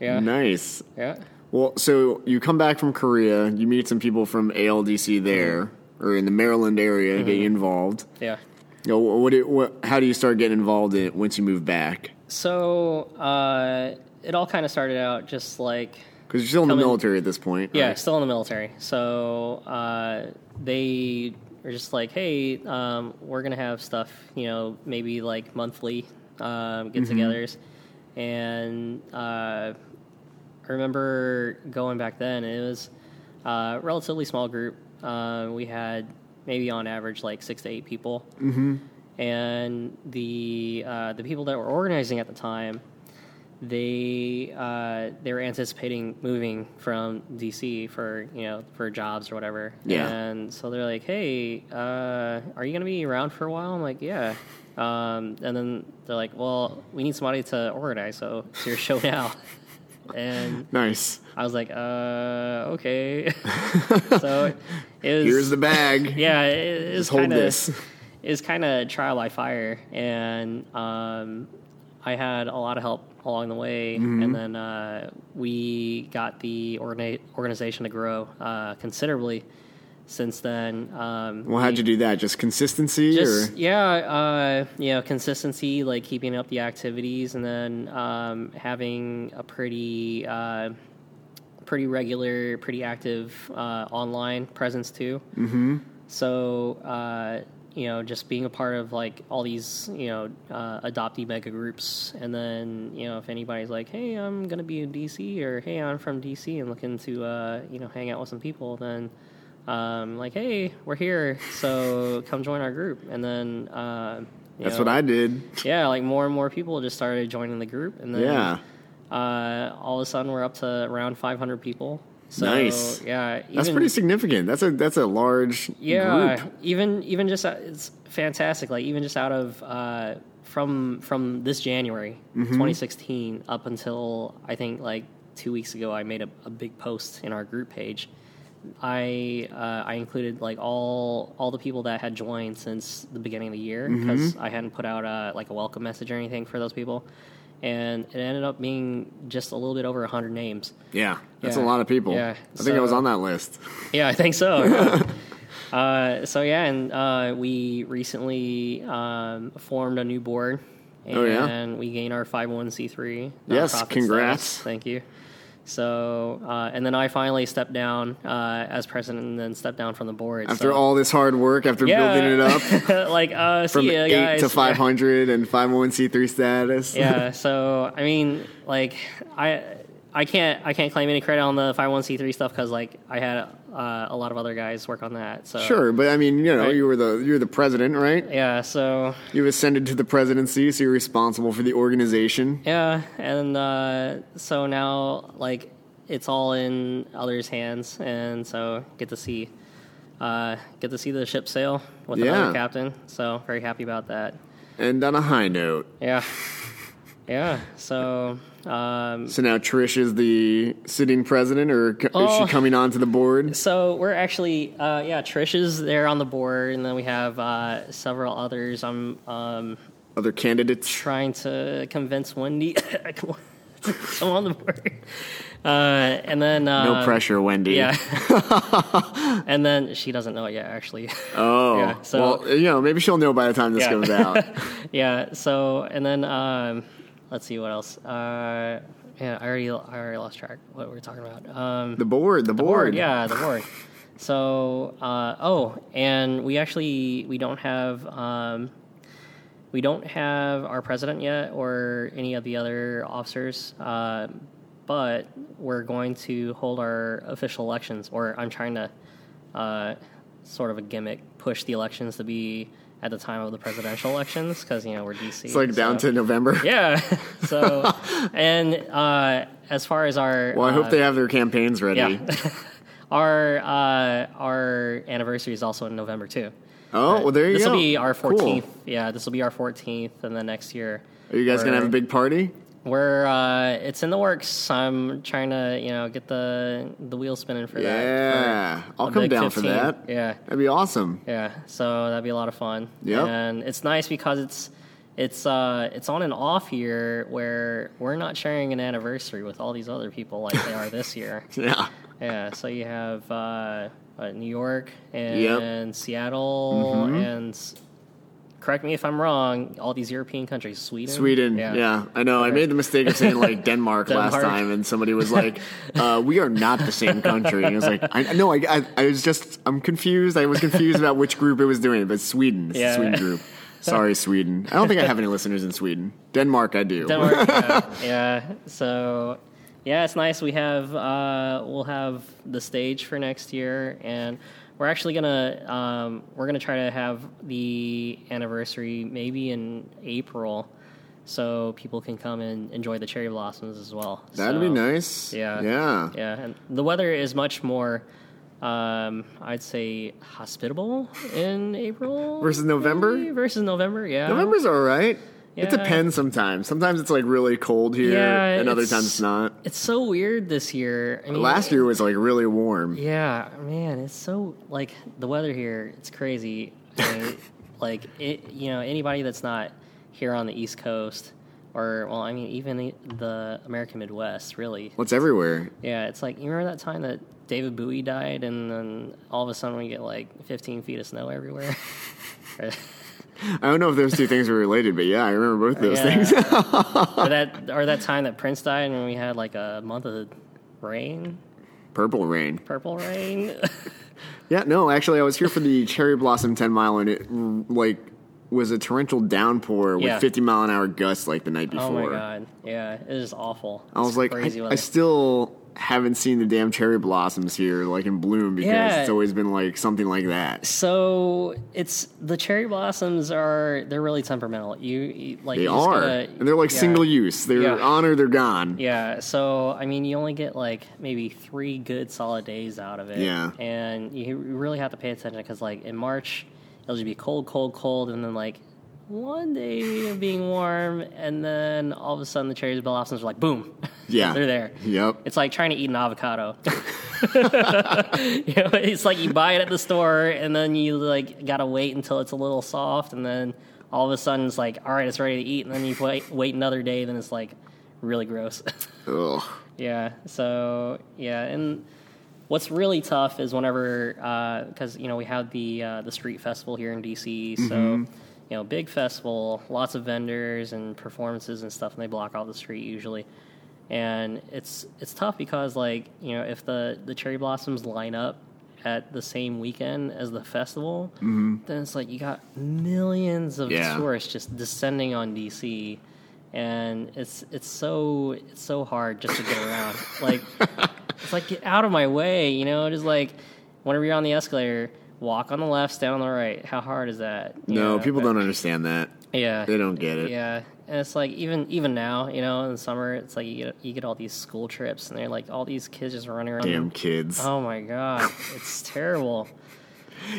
B: yeah,
A: nice.
B: yeah.
A: Well, so you come back from Korea, you meet some people from ALDC there
B: Mm-hmm.
A: or in the Maryland area, getting involved.
B: Yeah.
A: You know, what, do- what, how do you start getting involved in it once you move back?
B: So uh, it all kind of started out just like
A: Because you're still in the
B: Coming-
A: military at this point.
B: Yeah,
A: right?
B: still in the military. So uh, they are just like, hey, um, we're gonna have stuff, you know, maybe like monthly um, get-togethers, and uh, I remember going back then. and It was a relatively small group. Uh, we had maybe on average like six to eight people, mm-hmm. and the uh, the people that were organizing at the time they uh, they were anticipating moving from DC for you know for jobs or whatever.
A: Yeah.
B: And so they're like, "Hey, uh, are you gonna be around for a while?" I'm like, "Yeah." Um, and then they're like, "Well, we need somebody to organize, so it's your show now." and
A: Nice.
B: I was like, "Uh, okay." so it was
A: Here's the bag.
B: yeah, it, it was
A: hold
B: kind
A: this.
B: of it was kind of trial by fire, and um, I had a lot of help along the way,
A: Mm-hmm.
B: and then uh, we got the orna- organization to grow uh, considerably since then. Um,
A: Well, how'd you do that? Just consistency,
B: just
A: or
B: yeah, uh, you know, consistency, like keeping up the activities, and then um, having a pretty, uh, pretty regular, pretty active uh, online presence too. Mm-hmm. So uh, you know, just being a part of like all these you know uh, adoptee mega groups, and then you know, if anybody's like, hey, I'm gonna be in DC, or hey, I'm from DC and looking to uh, you know hang out with some people, then um, like, hey, we're here, so come join our group. And then uh, you
A: that's
B: know,
A: what I did.
B: yeah, like more and more people just started joining the group, and then
A: Yeah.
B: uh, all of a sudden we're up to around 500 people. So,
A: Nice.
B: Yeah, even,
A: That's pretty significant. That's a that's a large
B: yeah,
A: group.
B: even even just uh, it's fantastic. Like even just out of uh, from from this January 2016 up until I think like two weeks ago, I made a, a big post in our group page. I uh, I included like all all the people that had joined since the beginning of the year because I hadn't put out a, like a welcome message or anything for those people, and it ended up being just a little bit over hundred names.
A: Yeah, that's
B: Yeah.
A: a lot of people.
B: Yeah,
A: I think I was
B: so-
A: on that list.
B: Yeah, I think so. yeah. uh, so yeah, and uh, we recently um, formed a new board, and
A: Oh, yeah?
B: we gained our five oh one c three.
A: Yes, congrats.
B: Thank you. So, uh, and then I finally stepped down uh, as president, and then stepped down from the board
A: After
B: so-
A: all this hard work, after
B: Yeah.
A: building it up
B: like uh, see
A: from
B: ya,
A: eight
B: guys.
A: to
B: Yeah.
A: five hundred and five hundred one c three status.
B: yeah so i mean like i i can't i can't claim any credit on the 501c3 stuff because like i had uh, a lot of other guys work on that so
A: Sure, but I mean, you know,
B: Right.
A: you were the you're the president, right?
B: yeah so
A: You've ascended to the presidency, so you're responsible for the organization.
B: yeah and uh, so now like it's all in others hands and so get to see uh, get to see the ship sail with
A: Yeah.
B: another captain so very happy about that
A: And on a high note,
B: yeah yeah so um,
A: so now Trish is the sitting president, or co-
B: Oh.
A: is she coming onto the board?
B: So we're actually, uh, yeah, Trish is there on the board, and then we have uh, several others. I'm um,
A: Other candidates?
B: trying to convince Wendy to come on the board, uh, and then
A: No
B: um,
A: pressure, Wendy.
B: Yeah, and then she doesn't know it yet, actually.
A: Oh,
B: Yeah, so-
A: well, you know, maybe she'll know by the time this
B: Yeah.
A: goes out.
B: yeah. So and then um, let's see what else. Uh, yeah, I already I already lost track what we were talking about. Um,
A: The board, the, board.
B: board. Yeah, the board. So, uh, oh, and we actually we don't have um, We don't have our president yet or any of the other officers, uh, but we're going to hold our official elections, or I'm trying to uh, sort of a gimmick push the elections to be at the time of the presidential elections because, you know, we're DC.
A: It's like down to November.
B: Yeah. so, and uh, as far as our.
A: Well, I hope
B: uh,
A: they have their campaigns ready.
B: Yeah. our, uh, our anniversary is also in November, too.
A: Oh, well, there you
B: This
A: go.
B: will be our
A: Cool.
B: 14th. Yeah, this will be our 14th, and then next year.
A: Are you guys going to have a big party?
B: We're uh, it's in the works. I'm trying to you know get the the wheel spinning for that.
A: Yeah. I'll
B: a
A: come
B: big
A: down for
B: 15.
A: that.
B: Yeah.
A: That'd be awesome.
B: Yeah, so that'd be a lot of fun.
A: Yep.
B: and it's nice because it's it's uh it's on an off year where we're not sharing an anniversary with all these other people like they are this year.
A: Yeah.
B: Yeah, so you have uh, uh, New York and
A: Yep. Mm-hmm.
B: Seattle and s- correct me if I'm wrong, all these European countries, Sweden.
A: Sweden. Yeah. I know. I made the mistake of saying like Denmark, last
B: Denmark.
A: time, and somebody was like, uh, "We are not the same country." And I was like, "I no, I, I, I was just I'm confused. I was confused about which group it was doing, but Sweden, it's the
B: Yeah.
A: Sweden group. Sorry, Sweden. I don't think I have any listeners in Sweden. Denmark, I do.
B: Denmark, yeah, yeah. So, yeah, it's nice. We have uh, we'll have the stage for next year, and we're actually gonna um, we're gonna try to have the anniversary maybe in April, so people can come and enjoy the cherry blossoms as well.
A: That'd
B: So,
A: be nice.
B: Yeah,
A: yeah,
B: yeah. And the weather is much more. Um, I'd say hospitable in April
A: Versus November?
B: maybe? Versus November, yeah.
A: November's all right. It
B: Yeah.
A: depends sometimes. Sometimes it's like really cold here,
B: Yeah,
A: and other
B: it's-
A: times it's not.
B: It's so weird this year. I mean,
A: Last year was like really warm.
B: Yeah, man, it's so like the weather here. It's crazy. I mean, like it, you know, anybody that's not here on the East Coast, or well, I mean, even the, the American Midwest, really.
A: What's everywhere?
B: Yeah, it's like you remember that time that David Bowie died, and then all of a sudden we get like 15 feet of snow everywhere.
A: I don't know if those two things were related, but yeah, I remember both those
B: Yeah.
A: things.
B: or that, or that time that Prince died, and we had like a month of rain,
A: Purple rain.
B: purple rain.
A: Yeah, no, actually, I was here for the Cherry Blossom 10 mile, and it like was a torrential downpour with
B: Yeah.
A: 50 mile an hour gusts like the night before.
B: oh my god, yeah, it is awful.
A: I was
B: It's
A: like,
B: crazy
A: I, I
B: weather.
A: still haven't seen the damn cherry blossoms here like in bloom because
B: Yeah.
A: it's always been like something like that.
B: So it's the cherry blossoms are they're really temperamental. You, you like
A: They
B: you just
A: are,
B: gotta-
A: and they're like
B: yeah.
A: single use. They're
B: Yeah.
A: on or they're gone.
B: Yeah, so I mean, you only get like maybe three good solid days out of it.
A: Yeah.
B: and you really have to pay attention because like in March, it'll just be cold, cold, cold, and then like one day of being warm, and then all of a sudden the cherry blossoms are like boom.
A: Yeah.
B: they're there.
A: Yep.
B: It's like trying to eat an avocado. you know, it's like you buy it at the store and then you like gotta wait until it's a little soft and then all of a sudden it's like, all right, it's ready to eat, and then you wait wait another day, then it's like really gross.
A: Ugh.
B: yeah. So yeah, and what's really tough is whenever because you know we have the uh, the street festival here in DC, so. You know, big festival, lots of vendors and performances and stuff, and they block out the street usually and it's it's tough because like you know if the the cherry blossoms line up at the same weekend as the festival then it's like you got millions of
A: Yeah.
B: tourists just descending on dc and it's it's so it's so hard just to get around like it's like get out of my way you know just like whenever you're on the escalator walk on the left stay on the right how hard is that You
A: No,
B: know,
A: people
B: but-
A: don't understand that.
B: yeah
A: They don't get it.
B: yeah, and it's like even even now, you know, in the summer, it's like you get you get all these school trips, and they're like all these kids just running around.
A: Damn kids.
B: Oh my god, it's terrible.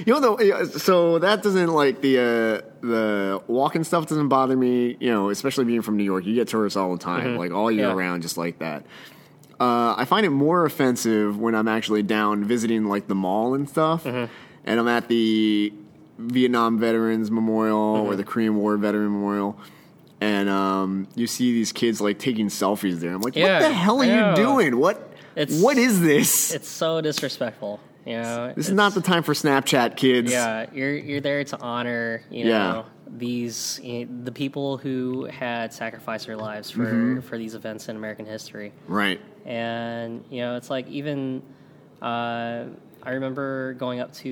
A: You know, though, eh, so that doesn't like the uh, the walking stuff doesn't bother me. You know, especially being from New York, you get tourists all the time, like all year
B: Mm-hmm. Yeah.
A: round, just like that. Uh, I find it more offensive when I'm actually down visiting like the mall and stuff,
B: Mm-hmm.
A: and I'm at the Vietnam Veterans Memorial
B: Mm-hmm.
A: or the Korean War Veteran Memorial. And um, you see these kids like taking selfies there. I'm like,
B: Yeah.
A: what the hell are
B: Yeah.
A: you doing? What?
B: It's-
A: what is this?
B: It's so disrespectful. You know,
A: this is not the time for Snapchat, kids.
B: yeah. You're you're there to honor you know
A: Yeah.
B: these you know, the people who had sacrificed their lives for
A: Mm-hmm.
B: for these events in American history.
A: Right.
B: and you know it's like even uh, I remember going up to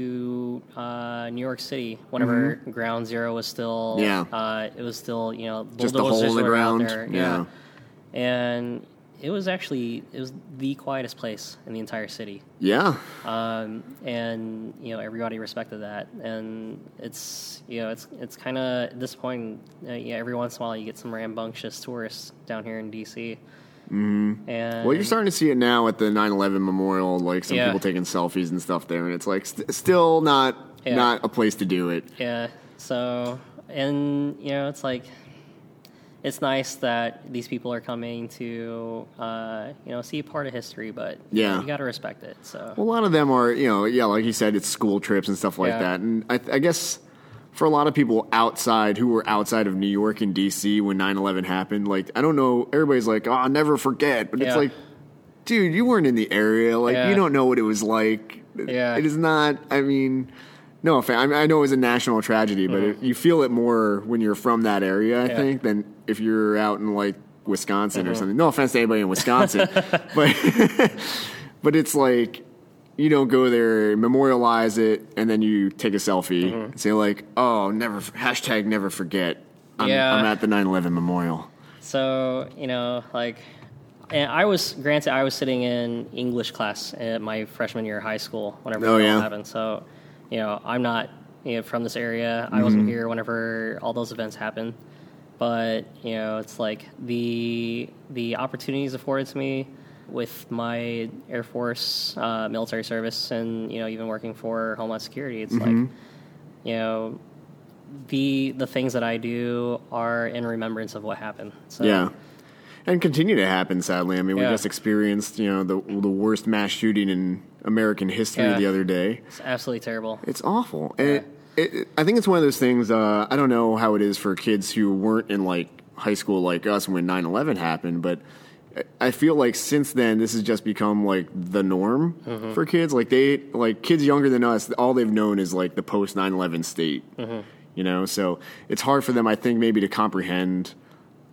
B: uh, New York City whenever Ground Zero was still.
A: Mm-hmm. Yeah.
B: Uh, it was still you know
A: Just a
B: bulldozers
A: hole in the
B: were out
A: ground.
B: there,
A: Yeah.
B: And it was actually it was the quietest place in the entire city.
A: Yeah.
B: um, and you know everybody respected that. And it's you know it's it's kind of at this point, uh, yeah. Every once in a while, you get some rambunctious tourists down here in DC.
A: Mm-hmm.
B: Mm. And
A: Well, you're starting to see it now at the 9/11 memorial, like some
B: Yeah.
A: people taking selfies and stuff there, and it's like st- still not
B: Yeah.
A: not a place to do it.
B: yeah. So and you know it's like it's nice that these people are coming to uh, you know see a part of history, but
A: Yeah.
B: you got to respect it. So
A: Well, a lot of them are, you know, yeah, like you said, it's school trips and stuff like
B: Yeah.
A: that. And I, I guess for a lot of people outside who were outside of New York and DC when 9 11 happened, like, I don't know, everybody's like, oh, I'll never forget. But it's
B: Yeah.
A: like, dude, you weren't in the area. Like,
B: Yeah.
A: you don't know what it was like.
B: Yeah.
A: It is not, I mean, no offense. I, mean, I know it was a national tragedy, but it, you feel it more when you're from that area, I
B: Mm-hmm. Yeah. Mm-hmm.
A: think, than if you're out in like Wisconsin or something. No offense to anybody in Wisconsin, but but it's like you don't go there, memorialize it, and then you take a selfie
B: Mm-hmm.
A: and say like, "Oh, never hashtag never forget." I'm,
B: Yeah.
A: I'm at the 9/11 memorial.
B: So you know, like, and I was granted I was sitting in English class at my freshman year of high school whenever
A: Oh,
B: that
A: yeah.
B: all happened. So, you know, I'm not you know, from this area. I
A: Mm-hmm.
B: wasn't here whenever all those events happened. But you know, it's like the the opportunities afforded to me with my Air Force uh, military service, and you know, even working for Homeland Security. It's like
A: Mm-hmm.
B: you know. The the things that I do are in remembrance of what happened. So
A: Yeah. And continue to happen, sadly. I mean, we
B: Yeah.
A: just experienced, you know, the the worst mass shooting in American history
B: Yeah.
A: the other day.
B: It's absolutely terrible.
A: It's awful. And it, it, it- I think it's one of those things. Uh, I don't know how it is for kids who weren't in like high school like us when 9 11 happened, but I- I feel like since then this has just become like the norm for kids. Like they, like kids younger than us, all they've known is like the post 9 11 state, you know? So it's hard for them, I think, maybe to comprehend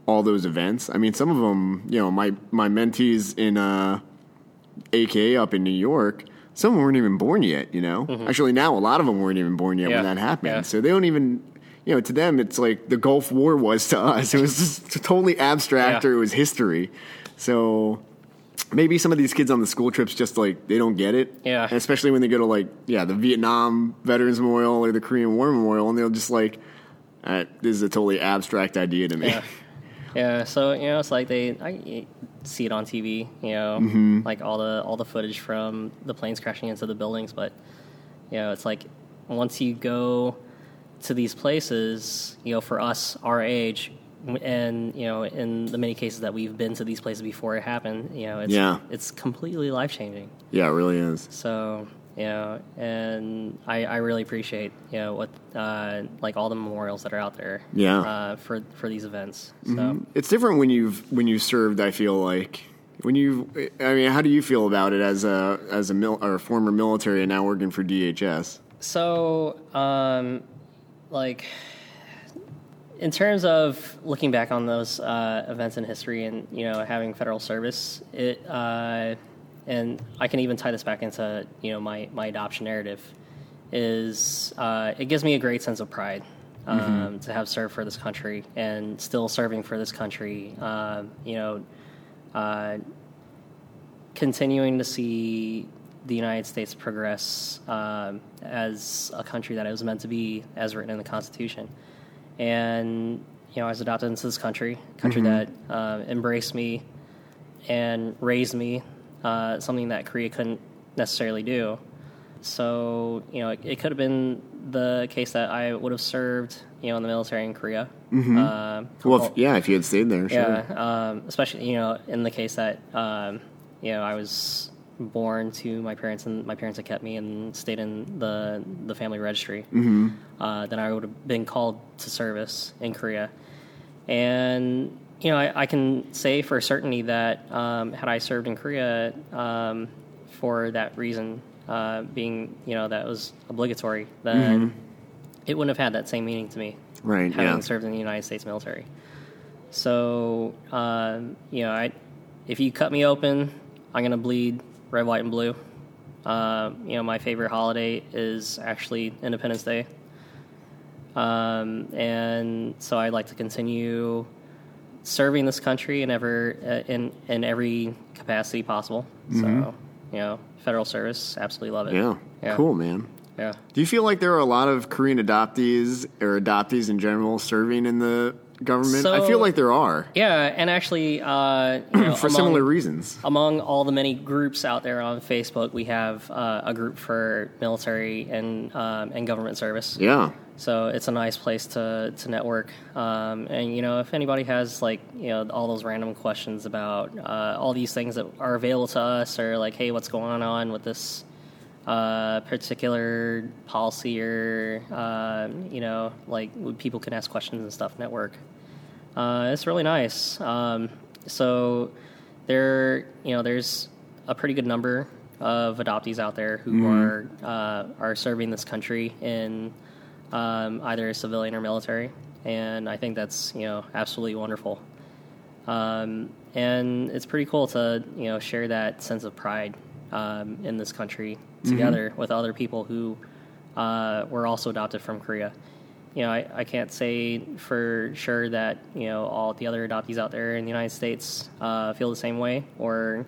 A: all those events. I mean, some of them, you know, my, my mentees in, uh, AKA up in New York, some of them weren't even born yet, you know? Actually, now a lot of them weren't even born yet
B: Mm-hmm. Yeah.
A: when that happened.
B: Yeah.
A: So they don't even, you know, to them, it's like the Gulf War was to us. It was just totally abstract
B: Yeah.
A: or it was history. So maybe some of these kids on the school trips just like, they don't get it.
B: Yeah.
A: And especially when they go to like, yeah, the Vietnam Veterans Memorial or the Korean War Memorial, and they'll just like, All right, this is a totally abstract idea to me.
B: Yeah. Yeah, so you know, it's like they I see it on TV, you know, like all the all the footage from the planes crashing into the buildings, but you know, it's like once you go to these places, you know, for us our age w- and you know, in the many cases that we've been to these places before it happened, you know, it's
A: Yeah.
B: it's completely life changing.
A: yeah, it really is.
B: So you know, and I, I really appreciate you know what uh, like all the memorials that are out there.
A: Yeah.
B: Uh, for for these events. So
A: It's different when you've when you served. I feel like when you. I mean, how do you feel about it as a as a mil, or a former military and now working for DHS?
B: so um, like in terms of looking back on those uh, events in history and you know having federal service it uh, and i can even tie this back into you know my, my adoption narrative is uh, it gives me a great sense of pride um, to have served for this country and still serving for this country um, you know uh, continuing to see the United States progress um, as a country that it was meant to be, as written in the Constitution. And you know, I was adopted into this country, country that um, embraced me and raised me, uh, something that Korea couldn't necessarily do. So you know, it, it could have been the case that I would have served, you know, in the military in Korea. Uh,
A: Well, if, yeah, if you had stayed there, sure.
B: yeah, um, especially you know in the case that um, you know I was born to my parents and my parents had kept me and stayed in the the family registry. Mm-hmm. Uh, then I would have been called to service in Korea, and you know I, I can say for certainty that um, had I served in Korea um, for that reason, uh, being you know that was obligatory, then it wouldn't have had that same meaning to me.
A: Right,
B: Having
A: yeah.
B: served in the United States military. So, um, you know, I, if you cut me open, I'm going to bleed red, white, and blue. Uh, you know, my favorite holiday is actually Independence Day. Um, and so I'd like to continue serving this country in ever uh, in in every capacity possible. So you know, federal service, absolutely love it.
A: Mm-hmm. Yeah. Cool, man.
B: Yeah.
A: Do you feel like there are a lot of Korean adoptees or adoptees in general serving in the government? I
B: So-
A: feel like there are
B: Yeah, and actually, uh, you know,
A: for
B: among-
A: similar reasons.
B: among all the many groups out there on Facebook, we have uh, a group for military and um, and government service.
A: Yeah.
B: So it's a nice place to to network. Um, and you know, if anybody has like you know all those random questions about uh, all these things that are available to us, or like, hey, what's going on with this uh, particular policy, or um, you know, like people can ask questions and stuff. Network. Uh, it's really nice. Um, so there, you know, there's a pretty good number of adoptees out there who are uh, are serving this country in um, either civilian or military, and I think that's you know absolutely wonderful. Um, and it's pretty cool to you know share that sense of pride um, in this country together with other people who uh, were also adopted from Korea. You know, I, I can't say for sure that you know all the other adoptees out there in the United States uh, feel the same way, or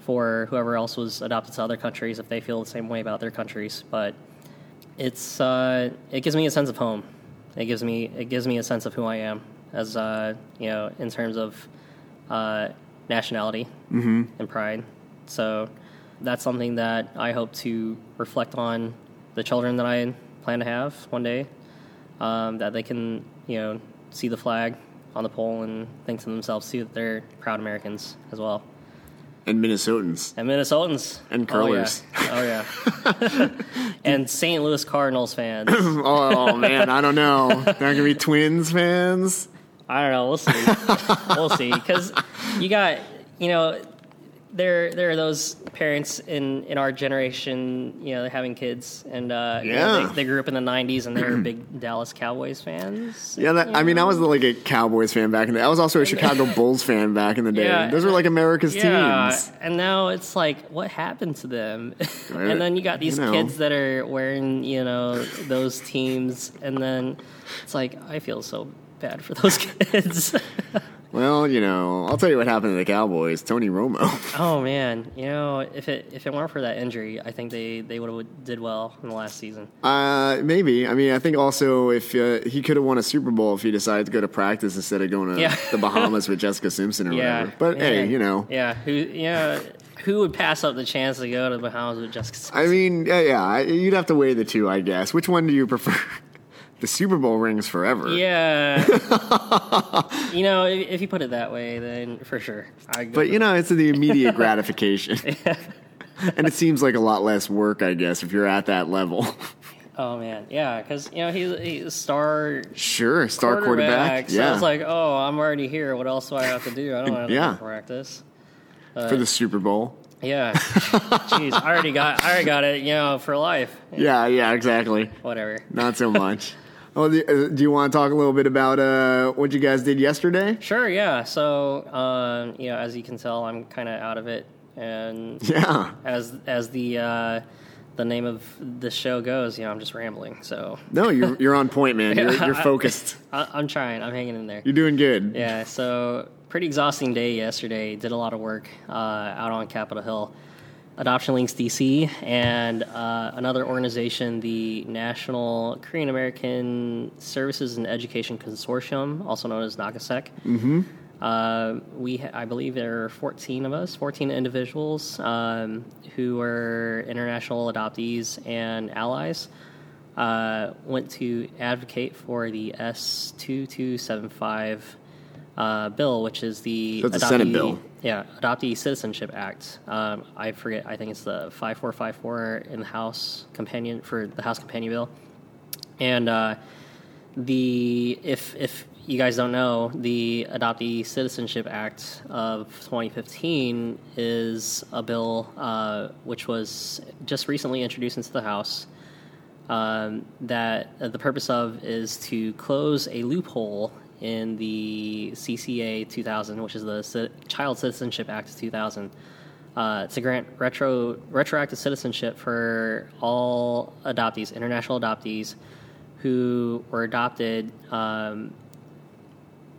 B: for whoever else was adopted to other countries if they feel the same way about their countries. But it's uh, it gives me a sense of home. It gives me it gives me a sense of who I am as uh, you know in terms of uh, nationality
A: Mm-hmm.
B: and pride. So that's something that I hope to reflect on the children that I plan to have one day. Um, that they can you know see the flag on the pole and think to themselves too that they're proud Americans as well.
A: And Minnesotans.
B: And Minnesotans.
A: And
B: Oh, yeah.
A: curlers.
B: Oh, yeah. and St. Louis Cardinals fans. I
A: Oh man, I don't know. There are gonna be twins fans.
B: don't know. We'll see. we'll see. Because you got, you know, there there are those parents in, in our generation, you know, they're having kids. And uh, you know,
A: Yeah.
B: they, they grew up in the 90s and they're big Dallas Cowboys fans.
A: Yeah, that, I mean, I was like a Cowboys fan back in the. I was also a Chicago Bulls fan back in the day.
B: Yeah.
A: Those were like America's
B: Yeah,
A: teams.
B: and now it's like, what happened to them?
A: Right.
B: and then you got these
A: You know.
B: kids that are wearing, you know, those teams, and then it's like, I feel so bad for those kids.
A: Well, you know, I'll tell you what happened to the Cowboys. Tony Romo.
B: oh man, you know, if it if it weren't for that injury, I think they they would have did well in the last season.
A: Uh, maybe. I mean, I think also if uh, he could have won a Super Bowl if he decided to go to practice instead of going to
B: Yeah.
A: the Bahamas with Jessica Simpson or
B: Yeah,
A: whatever. But hey,
B: man.
A: you know.
B: yeah, who, yeah, who would pass up the chance to go to the Bahamas with Jessica?
A: I mean, yeah, yeah, I- you'd have to weigh the two, I guess. Which one do you prefer? the Super Bowl rings forever.
B: Yeah, you know, if, if you put it that way, then for sure, I go
A: But you know, it's the immediate gratification. and it seems like a lot less work, I guess, if you're at that level.
B: Oh man, yeah, because you know he's, he's a star
A: sure, star quarterback.
B: quarterback. So
A: yeah.
B: it's like, oh, I'm already here. What else do I have to do? I don't have
A: Yeah.
B: to practice.
A: for the Super Bowl.
B: Yeah, jeez, I already got, I already got it. You know, for life.
A: Yeah, yeah, exactly.
B: Whatever.
A: Not so much. Well, do, uh, do you want to talk a little bit about uh, what you guys did yesterday?
B: Sure. Yeah. So, um, you know, as you can tell, I'm kind of out of it, and
A: Yeah,
B: as as the uh, the name of the show goes, you know, I'm just rambling. So
A: no, you're you're on point, man. You're, you're focused.
B: I, I'm trying. I'm hanging in there.
A: You're doing good.
B: Yeah, so pretty exhausting day yesterday. Did a lot of work uh, out on Capitol Hill. Adoption Links DC and uh, another organization, the National Korean American Services and Education Consortium, also known as NACASEC. Uh, we, ha- I believe, there are 14 of us, 14 individuals um, who are international adoptees and allies. Uh, went to advocate for the S2275 uh, bill, which is the
A: That's a Senate bill.
B: Yeah, Adoptee Citizenship Act. Um, I forget. I think it's the 5454 in the House companion for the House companion bill, and. Uh, the if if you guys don't know, the Adoptee Citizenship Act of 2015 is a bill uh, which was just recently introduced into the House. Um, that uh, the purpose of is to close a loophole in the CCA 2000, which is the Ci- Child Citizenship Act of 2000, uh, to grant retro retroactive citizenship for all adoptees, international adoptees, who were adopted um,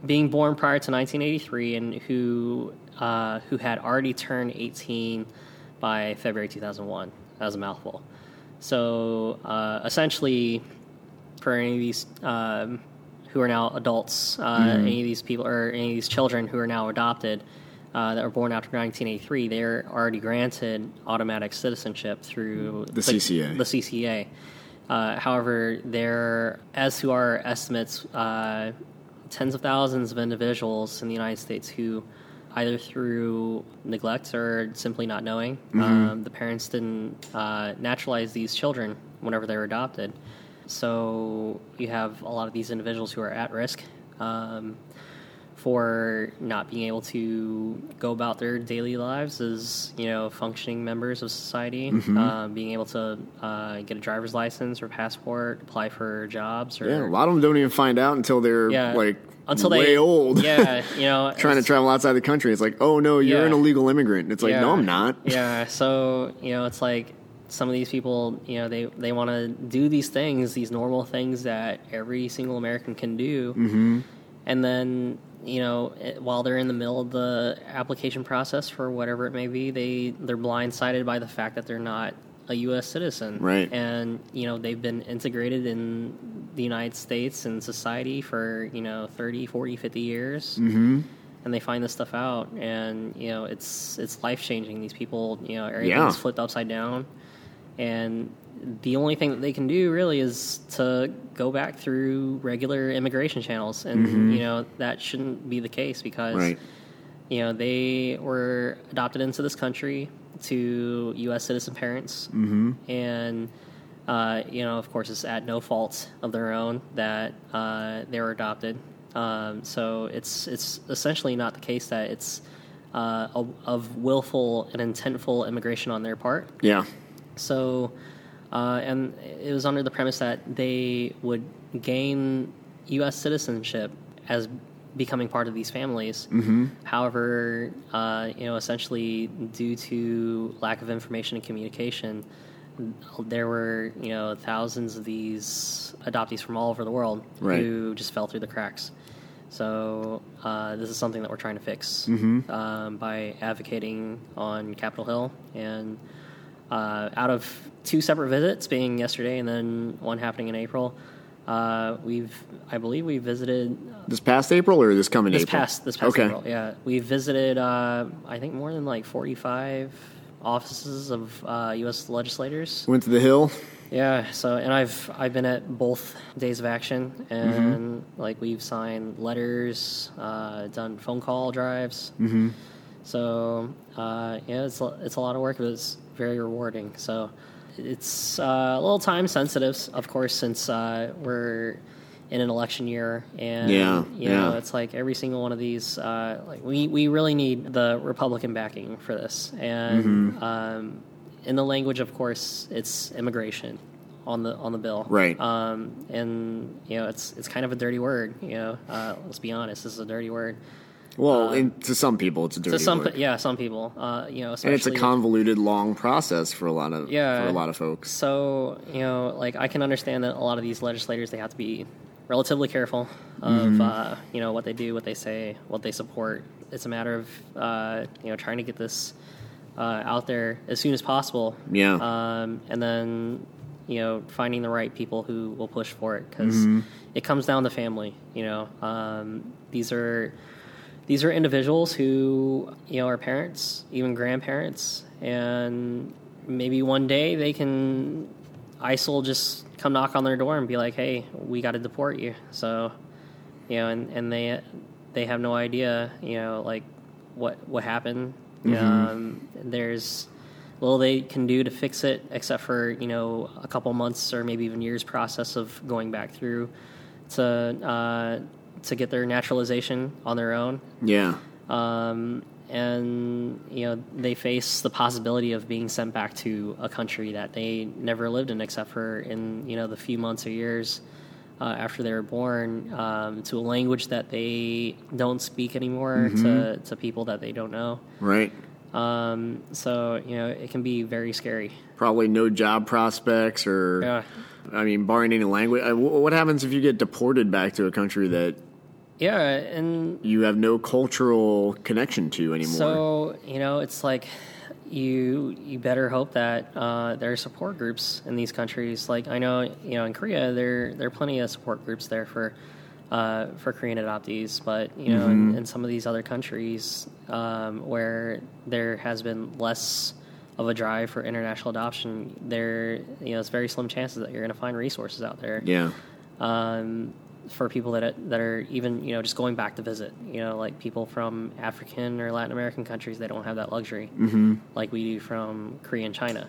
B: being born prior to 1983 and who uh, who had already turned 18 by February 2001. That was a mouthful. So uh, essentially, for any of these um, who are now adults, uh, any of these people or any of these children who are now adopted uh, that were born after 1983, they're already granted automatic citizenship through the,
A: CCA.
B: The CCA. Uh, however, there, as to our estimates, uh, tens of thousands of individuals in the United States who, either through neglect or simply not knowing, um, the parents didn't uh, naturalize these children whenever they were adopted. So you have a lot of these individuals who are at risk. Um, for not being able to go about their daily lives as you know functioning members of society,
A: Mm-hmm.
B: uh, being able to uh, get a driver's license or passport, apply for jobs, or
A: Yeah, a lot of them don't even find out until they're
B: Yeah.
A: like
B: until
A: way
B: they
A: old.
B: yeah, you know,
A: trying to
B: it's-
A: travel outside the country. It's like, oh no, you're
B: Yeah.
A: an illegal immigrant. It's like,
B: yeah.
A: no, I'm not.
B: yeah, so you know, it's like some of these people, you know, they they want to do these things, these normal things that every single American can do, mm-hmm. and then you know, it- while they're in the middle of the application process for whatever it may be, they they're blindsided by the fact that they're not a U.S. citizen,
A: Right.
B: And you know, they've been integrated in the United States and society for you know 30, 40, 50
A: Mm-hmm.
B: years and they find this stuff out and you know it's it's life changing these people you know everything's
A: Yeah.
B: flipped upside down and the only thing that they can do really is to go back through regular immigration channels and you know that shouldn't be the case because
A: Mm-hmm. Right.
B: you know they were adopted into this country to U.S. citizen parents, and uh, you know, of course, it's at no fault of their own that uh, they were adopted. Um, so it's it's essentially not the case that it's uh, a, of willful and intentful immigration on their part.
A: Yeah.
B: So, uh, and it was under the premise that they would gain U.S. citizenship as becoming part of these families. Mm-hmm. However, uh, you know, essentially due to lack of information and communication, there were you know thousands of these adoptees from all over the world
A: Right.
B: who just fell through the cracks. So uh, this is something that we're trying to fix um, by advocating on Capitol Hill and uh, out of two separate visits, being yesterday and then one happening in April, uh, we've I believe we visited
A: This past April or this coming
B: this
A: April?
B: past this past
A: okay.
B: April. Yeah, we visited uh, I think more than like forty five offices of uh, U.S. legislators.
A: Went to the hill.
B: Yeah. So, and I've I've been at both days of action, and
A: Mm-hmm.
B: like we've signed letters, uh, done phone call drives. Mm-hmm. So, uh, yeah, it's a- it's a lot of work, but it's very rewarding. So, it's uh, a little time sensitive, of course, since uh, we're in an election year, and
A: Yeah,
B: you know,
A: yeah.
B: it's like every single one of these. Uh, like we we really need the Republican backing for this, and.
A: Mm-hmm.
B: Um, in the language, of course, it's immigration on the on the bill,
A: Right.
B: Um, and you know, it's it's kind of a dirty word. You know, uh, let's be honest, this is a dirty word
A: Well, and to some people, it's a dirty
B: Uh, to some,
A: word.
B: yeah, some people. Uh, you know, especially
A: and it's a convoluted, long process for a lot of
B: Yeah.
A: for a lot of folks.
B: So you know, like I can understand that a lot of these legislators they have to be relatively careful of
A: Mm-hmm.
B: uh, you know what they do, what they say, what they support. It's a matter of uh, you know trying to get this uh, out there as soon as possible.
A: Yeah.
B: Um, and then you know finding the right people who will push for it because it comes down to family. You know, um, these are these are individuals who you know are parents even grandparents and maybe one day they can isil will just come knock on their door and be like hey we got to deport you so you know and, and they they have no idea you know like what what happened um, there's little they can do to fix it except for you know a couple months or maybe even years process of going back through to uh, to get their naturalization on their own
A: Yeah.
B: um, and you know they face the possibility of being sent back to a country that they never lived in, except for in you know the few months or years uh, after they were born, um, to a language that they don't speak anymore, to to people that they don't know.
A: Right.
B: Um, so you know it can be very scary.
A: Probably no job prospects, or
B: Yeah.
A: I mean, barring any language. I- wh- What happens if you get deported back to a country that
B: Yeah, and
A: you have no cultural connection to anymore?
B: so you know it's like you you better hope that uh, there are support groups in these countries. Like I know you know in Korea there there are plenty of support groups there for uh, for Korean adoptees, but you know in, in some of these other countries um, where there has been less of a drive for international adoption, there you know it's very slim chances that you're going to find resources out there.
A: yeah,
B: um, for people that that are even you know just going back to visit. You know, like people from African or Latin American countries, they don't have that luxury like we do from Korea and China.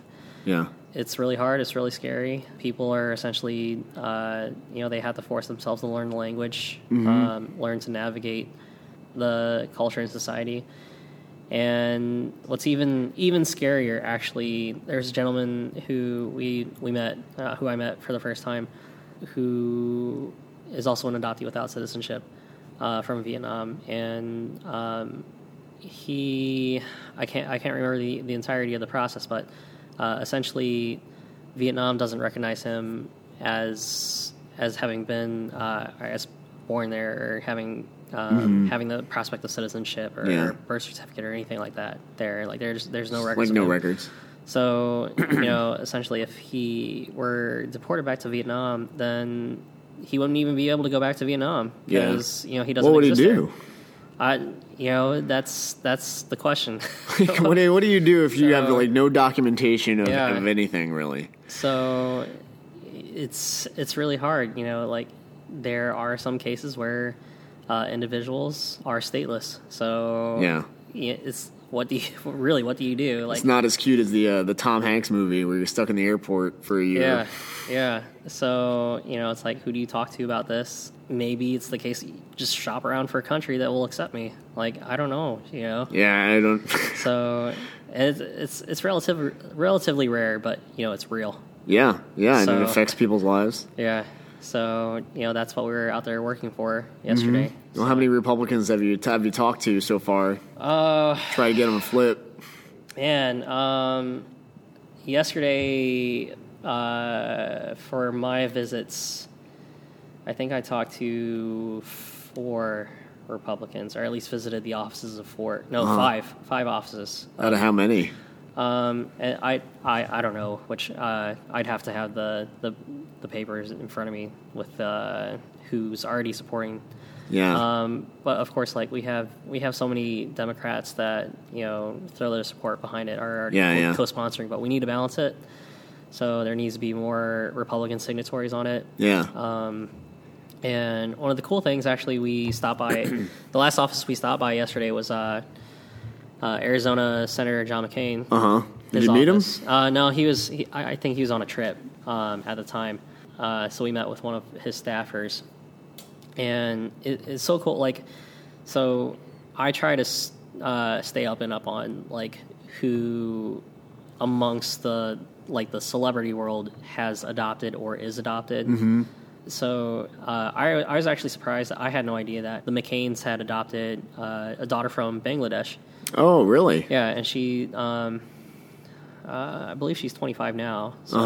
A: yeah,
B: It's really hard. It's really scary. People are essentially, uh, you know, they have to force themselves to learn the language, um, learn to navigate the culture and society. And what's even even scarier, actually, there's a gentleman who we we met, uh, who I met for the first time, who is also an adoptee without citizenship uh, from Vietnam, and um, he I can't I can't remember the, the entirety of the process, but uh, essentially, Vietnam doesn't recognize him as as having been uh, as born there or having um, having the prospect of citizenship or
A: Mm-hmm. Yeah.
B: birth certificate or anything like that. There, like there's there's no records.
A: like
B: of
A: no
B: him.
A: records.
B: So you know, essentially, if he were deported back to Vietnam, then he wouldn't even be able to go back to Vietnam
A: Yeah.
B: because you know he doesn't.
A: What would he
B: exist there.
A: do?
B: I, you know, that's that's the question.
A: what, do what do you do if you have
B: So-
A: like no documentation of,
B: Yeah.
A: of anything really?
B: so it's it's really hard. You know, like there are some cases where uh, individuals are stateless. So
A: Yeah.
B: yeah, it's what do you really what do you do? Like
A: It's not as cute as the uh, the Tom Hanks movie where you're stuck in the airport for a year.
B: Yeah, yeah. So you know, it's like, who do you talk to about this? Maybe it's the case. that you Just shop around for a country that will accept me. Like, I don't know. You know.
A: Yeah, I don't.
B: So it's it's it's relative, relatively rare, but you know, it's real.
A: yeah, yeah, and
B: So-
A: it affects people's lives.
B: Yeah. So you know, that's what we were out there working for yesterday.
A: Well, how many Republicans have you have you talked to so far?
B: Uh,
A: Try to get them a flip.
B: man. Um, yesterday, uh, for my visits, I think I talked to four Republicans, or at least visited the offices of four. No, five, five offices.
A: Out of how many?
B: Um, and I, I, I don't know which. Uh, I'd have to have the, the the papers in front of me with uh, who's already supporting.
A: Yeah,
B: Um, but of course, like we have we have so many Democrats that you know throw their support behind it are already
A: Yeah, yeah.
B: co-sponsoring, but we need to balance it. So there needs to be more Republican signatories on it.
A: yeah,
B: uh, And one of the cool things, actually, we stopped by the last office we stopped by yesterday was uh, uh, Arizona Senator John McCain.
A: uh huh. Did
B: His
A: you meet him?
B: office. Uh, no, he was. He, I, I think he was on a trip um, at the time. Uh, so we met with one of his staffers, and it, it's so cool. Like, so I try to s- uh, stay up and up on like who amongst the like the celebrity world has adopted or is adopted.
A: Mm-hmm.
B: So uh, I, I was actually surprised. I had no idea that the McCain's had adopted uh, a daughter from Bangladesh.
A: Oh, really?
B: Yeah, and she, um, uh, I believe she's 25 now. So, um,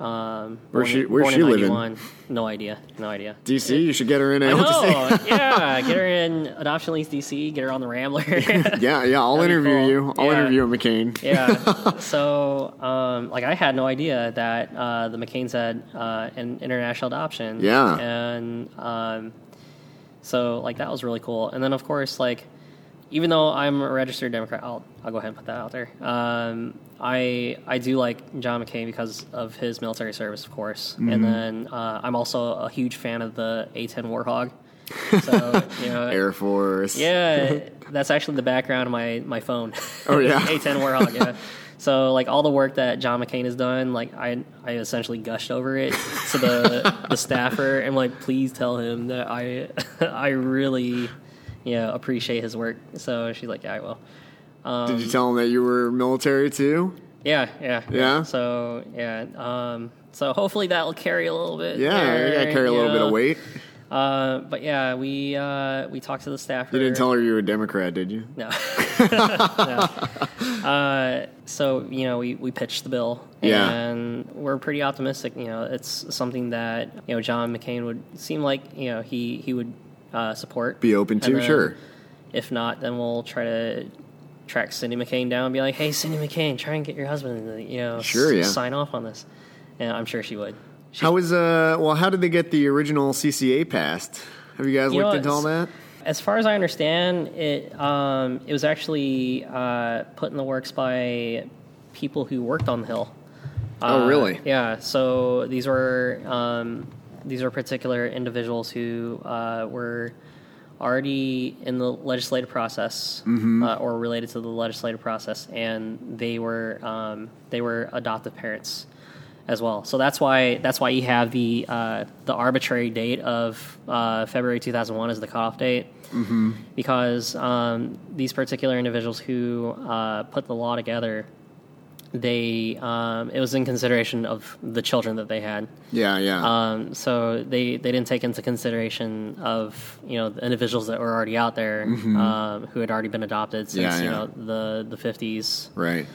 A: Uh-huh. Where's
B: born-
A: she- where's
B: born
A: she
B: in
A: living?
B: 91. No idea. No idea.
A: DC, you should get her in. I
B: Oh, yeah. Get her in Adoption Lease DC, get her on the Rambler.
A: Yeah, yeah. I'll
B: That'd be
A: interview
B: cool.
A: you. I'll
B: Yeah.
A: interview McCain.
B: yeah. So, um, like, I had no idea that uh, the McCain's had uh, an international adoption.
A: Yeah.
B: And um, so, like, that was really cool. And then, of course, like, even though I'm a registered Democrat, I'll, I'll go ahead and put that out there. Um, I I do like John McCain because of his military service, of course. And then uh, I'm also a huge fan of the A-10 Warthog. So, you know,
A: Air Force.
B: yeah, that's actually the background of my my phone.
A: Oh, yeah.
B: A10 Warhawk. Yeah. So like all the work that John McCain has done, like I I essentially gushed over it to the the staffer and like please tell him that I I really you know appreciate his work. So she's like, yeah, I will.
A: Did you tell him that you were military too?
B: Yeah, yeah,
A: Yeah?
B: So yeah, um, so hopefully that'll carry a little bit.
A: Yeah,
B: there,
A: I gotta carry a
B: you
A: little bit
B: know.
A: of weight.
B: Uh, but yeah, we uh, we talked to the staffer.
A: You didn't tell her you were a Democrat, did you?
B: No. no. Uh, so you know, we, we pitched the bill,
A: Yeah.
B: and we're pretty optimistic. You know, it's something that you know John McCain would seem like you know he he would uh, support,
A: Be open to,
B: And then
A: sure.
B: If not, then we'll try to track Cindy McCain down and be like, "Hey, Cindy McCain, try and get your husband, to, you know, s-
A: Sure, yeah.
B: sign off on this." And I'm sure she would. She
A: How is uh? Well, how did they get the original CCA passed? Have you guys
B: You know,
A: looked into all
B: it's-
A: that?
B: As far as I understand, it um, it was actually uh, put in the works by people who worked on the hill.
A: Oh,
B: Uh,
A: really?
B: Yeah. So these were um, these were particular individuals who uh, were already in the legislative process
A: Mm-hmm.
B: uh, or related to the legislative process, and they were um, they were adoptive parents as well. So that's why that's why you have the uh, the arbitrary date of uh, February 2001 as the cutoff date, mm-hmm. because um, these particular individuals who uh, put the law together, they um, it was in consideration of the children that they had.
A: Yeah, yeah.
B: Um, so they, they didn't take into consideration of you know the individuals that were already out there um, who had already been adopted since
A: Mm-hmm. Yeah,
B: you
A: yeah.
B: know the the fifties.
A: right.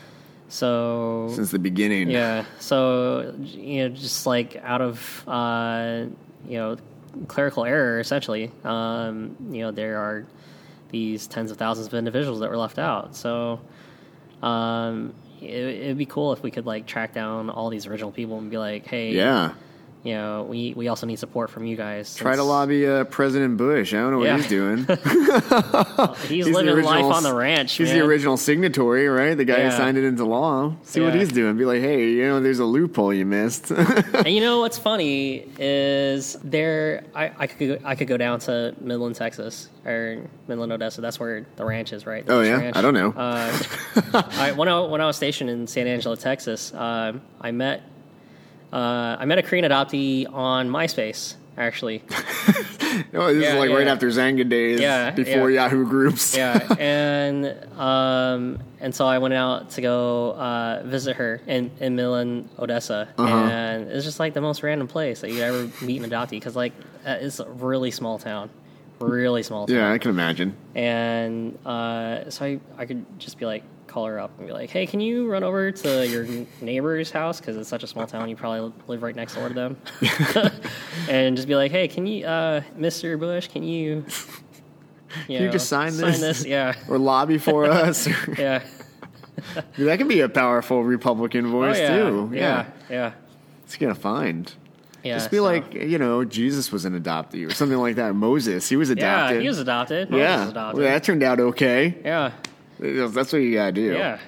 B: So
A: Since the beginning.
B: yeah. So you know, just like out of uh, you know clerical error, essentially, um, you know there are these tens of thousands of individuals that were left out. So um, it, it'd be cool if we could like track down all these original people and be like, hey,
A: Yeah.
B: you know, we we also need support from you guys.
A: Try to
B: since
A: lobby uh, President Bush. I don't know what
B: Yeah.
A: he's doing.
B: He's,
A: the
B: living life
A: original-
B: on the ranch.
A: He's the
B: man.
A: original signatory, right? The guy
B: Yeah.
A: who signed it into law. See what
B: Yeah.
A: he's doing. Be like, hey, you know, there's a loophole you missed. Oh,
B: And you know what's funny is there. I, I could go- I could go down to Midland, Texas, or Midland, Odessa. That's where the ranch is, right? The
A: Oh,
B: Bush
A: yeah?
B: Ranch.
A: I don't know.
B: Uh, I, when I when I was stationed in San Angelo, Texas, um, I met uh, I met a Korean adoptee on MySpace. Actually,
A: oh, this
B: Yeah,
A: is like
B: yeah,
A: right
B: yeah.
A: after Zanga days,
B: Yeah,
A: before
B: yeah.
A: Yahoo groups.
B: yeah, and um, and so I went out to go uh, visit her in, in Midland, Odessa,
A: Uh-huh.
B: and it's just like the most random place that you could ever meet an adoptee because like uh, it's a really small town, really small town,
A: Yeah, I can imagine.
B: and uh, so I I could just be like call her up and be like, hey, can you run over to your n- neighbor's house because it's such a small town, you probably live right next door to them, and just be like, hey, can you, uh, Mister Bush, can you? You
A: you just sign this?
B: Yeah.
A: Or lobby for us. Dude,
B: Yeah.
A: that could be a powerful Republican
B: Oh,
A: voice,
B: yeah.
A: too.
B: Yeah. Yeah.
A: It's going to find.
B: Yeah,
A: Just be
B: so-
A: like, you know, Jesus was an adoptee or something like that. Moses, he was adopted.
B: Yeah, he was adopted. Moses
A: yeah.
B: was adopted.
A: Well, that turned out okay.
B: yeah.
A: That's what you gotta do.
B: Yeah.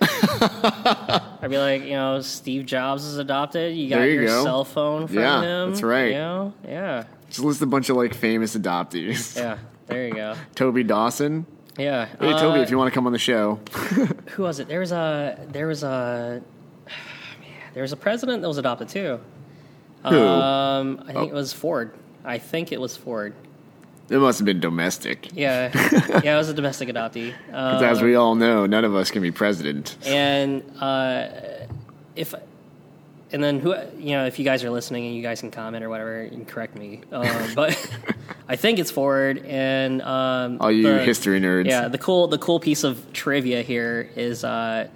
B: I'd be like, you know, Steve Jobs is adopted. You got
A: There you
B: your
A: go.
B: cell phone from
A: Yeah,
B: him.
A: that's right.
B: You know? Yeah.
A: Just list a bunch of like famous adoptees.
B: Yeah. There you go.
A: Toby Dawson.
B: Yeah.
A: Hey, Toby,
B: Uh,
A: if you want to come on the show.
B: who was it? There was a there was a man, there was a president that was adopted too.
A: Who?
B: Um, I think
A: Oh.
B: it was Ford. I think it was Ford.
A: It must have been domestic.
B: Yeah, yeah, it was a domestic adoptee. Um,
A: 'Cause as we all know, none of us can be president.
B: and uh, if and then who you know if you guys are listening and you guys can comment or whatever and correct me um, but i think it's forward and um,
A: All you history nerds.
B: yeah the cool the cool piece of trivia here is uh,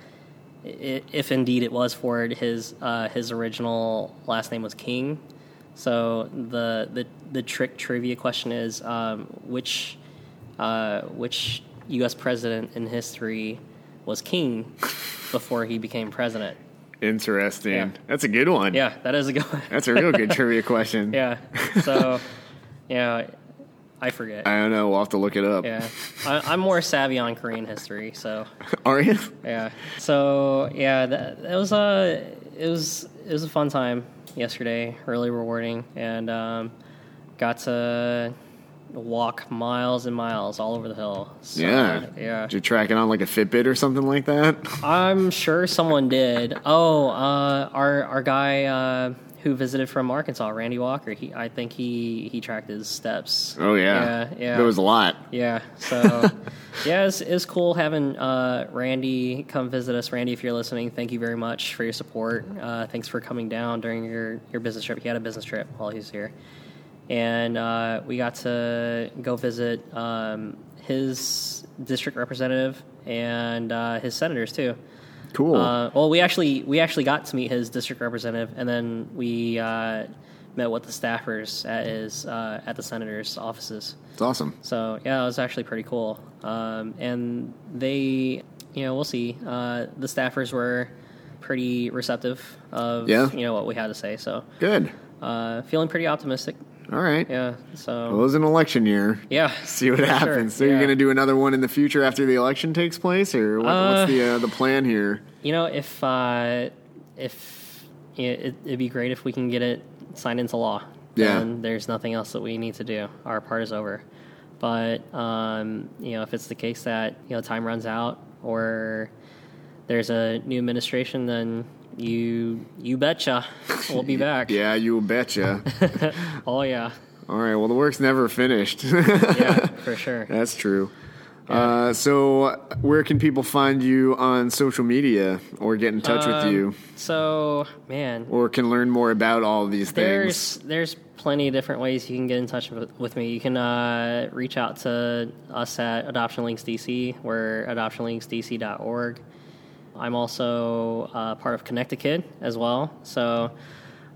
B: i- if indeed it was forward his uh, his original last name was king so the the, the trick trivia question is um, which uh, which U.S. president in history was king before he became president?
A: Interesting.
B: Yeah.
A: That's a good one.
B: Yeah, that is a good one.
A: That's a real good trivia question.
B: yeah. So, yeah, I forget.
A: I don't know. We'll have to look it up.
B: yeah, I, I'm more savvy on Korean history, so
A: Are you?
B: yeah. So yeah, that, that was a it was it was a fun time yesterday, really rewarding, and um, got to walk miles and miles all over the hill. So,
A: yeah.
B: yeah.
A: You're tracking on like a Fitbit or something like that?
B: I'm sure someone did. Oh, uh, our our guy uh, who visited from Arkansas, Randy Walker. He, I think he he tracked his steps.
A: Oh, yeah.
B: yeah, yeah.
A: There was a lot.
B: yeah. So, yeah, it's, it's cool having uh, Randy come visit us. Randy, if you're listening, thank you very much for your support. Uh, thanks for coming down during your your business trip. He had a business trip while he was here, and uh, we got to go visit um, his district representative and uh, his senators too.
A: Cool.
B: Uh, well, we actually we actually got to meet his district representative, and then we uh, met with the staffers at his uh, at the senator's offices.
A: it's awesome.
B: So yeah, it was actually pretty cool. Um, and they, you know, we'll see. Uh, the staffers were pretty receptive of
A: Yeah.
B: you know what we had to say. So
A: Good.
B: uh, feeling pretty optimistic.
A: All right.
B: Yeah. So
A: Well, it was an election year.
B: yeah.
A: See what
B: for sure,
A: happens. So
B: yeah.
A: you're going to do another one in the future after the election takes place, or what,
B: Uh,
A: what's the uh, the plan here?
B: You know, if uh, if yeah, it, it'd be great if we can get it signed into law.
A: Yeah.
B: Then there's nothing else that we need to do. Our part is over. But um, you know, if it's the case that you know time runs out or there's a new administration, then you you betcha we'll be back.
A: Yeah, you betcha.
B: Oh yeah.
A: All right. Well, the work's never finished.
B: Yeah, for sure.
A: That's true. Uh, so, where can people find you on social media or get in touch with
B: Um,
A: you
B: So man,
A: or can learn more about all these things?
B: There's there's plenty of different ways you can get in touch with, with me. You can uh, reach out to us at Adoption Links DC. We're adoptionlinksdc.org. I'm also uh, part of Connecticut as well. So,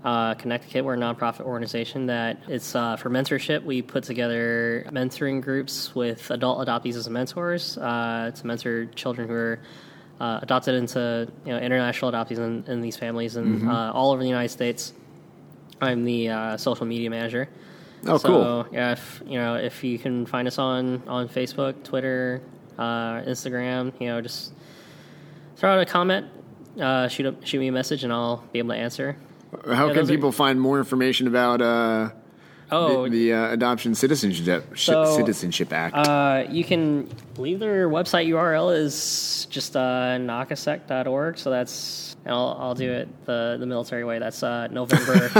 B: uh, Connecticut, we're a nonprofit organization that it's uh, for mentorship. We put together mentoring groups with adult adoptees as mentors uh, to mentor children who are uh, adopted into you know international adoptees in, in these families and uh, all over the United States. I'm the uh, social media manager.
A: Oh,
B: so,
A: cool.
B: Yeah, if you know, if you can find us on on Facebook, Twitter, uh, Instagram, you know, just throw out a comment, uh, shoot up, shoot me a message, and I'll be able to answer.
A: How
B: yeah,
A: can
B: those are-
A: people find more information about uh,
B: Oh,
A: the, the uh, Adoption Citizenship
B: So,
A: Citizenship Act?
B: uh, you can I believe their website URL is just uh, nakasec.org. So that's and I'll, I'll do it the, the military way. That's uh, November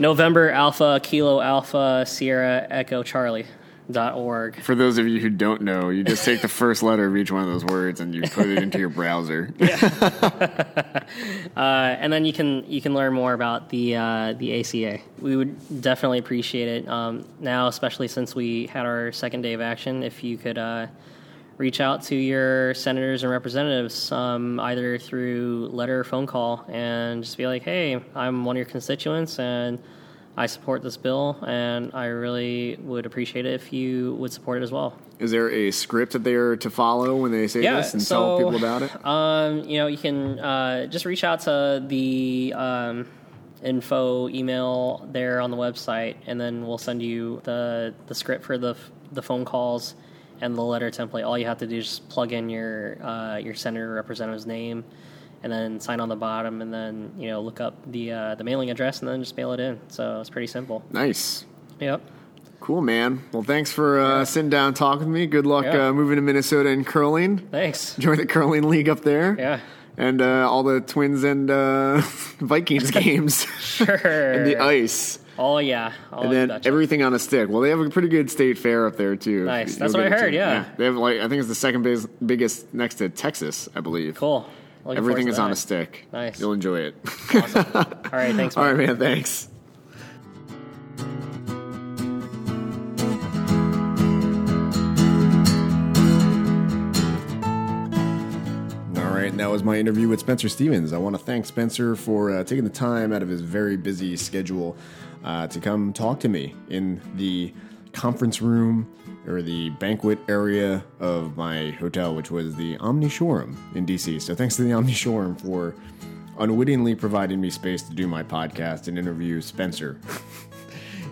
B: November Alpha Kilo Alpha Sierra Echo Charlie dot org.
A: For those of you who don't know, you just take the first letter of each one of those words and you put it into your browser.
B: Uh, and then you can you can learn more about the uh, the ACA. We would definitely appreciate it um, now, especially since we had our second day of action. If you could uh, reach out to your senators and representatives, um, either through letter or phone call, and just be like, "Hey, I'm one of your constituents, and I support this bill, and I really would appreciate it if you would support it as well."
A: Is there a script that they are to follow when they say
B: Yeah,
A: this and
B: so-
A: tell people about it?
B: Um, you know, you can uh, just reach out to the um, info email there on the website, and then we'll send you the the script for the the phone calls and the letter template. All you have to do is just plug in your uh, your senator or representative's name, and then sign on the bottom, and then you know look up the uh, the mailing address, and then just mail it in. So it's pretty simple.
A: Nice.
B: Yep.
A: Cool, man. Well, thanks for uh, sitting down and talking with me. Good luck
B: Yeah.
A: uh, moving to Minnesota and curling.
B: Thanks.
A: Join the curling league up there.
B: Yeah.
A: And uh, all the Twins and uh, Vikings games.
B: Sure.
A: and the ice.
B: oh yeah. I'll
A: And then
B: bet you.
A: everything on a stick. Well, they have a pretty good state fair up there, too.
B: Nice.
A: You'll
B: That's what
A: get
B: I
A: a
B: heard,
A: chance.
B: yeah.
A: They have, like, I think it's the second biggest, biggest next to Texas, I believe.
B: cool. Looking forward
A: Everything
B: to
A: is on
B: that.
A: a stick.
B: Nice.
A: You'll enjoy it.
B: All right. Thanks.
A: all
B: man.
A: right, man. Thanks.
C: All right, and that was my interview with Spencer Stevens. I want to thank Spencer for uh, taking the time out of his very busy schedule uh, to come talk to me in the conference room or the banquet area of my hotel, which was the Omni Shoreham in DC. So thanks to the Omni Shoreham for unwittingly providing me space to do my podcast and interview Spencer.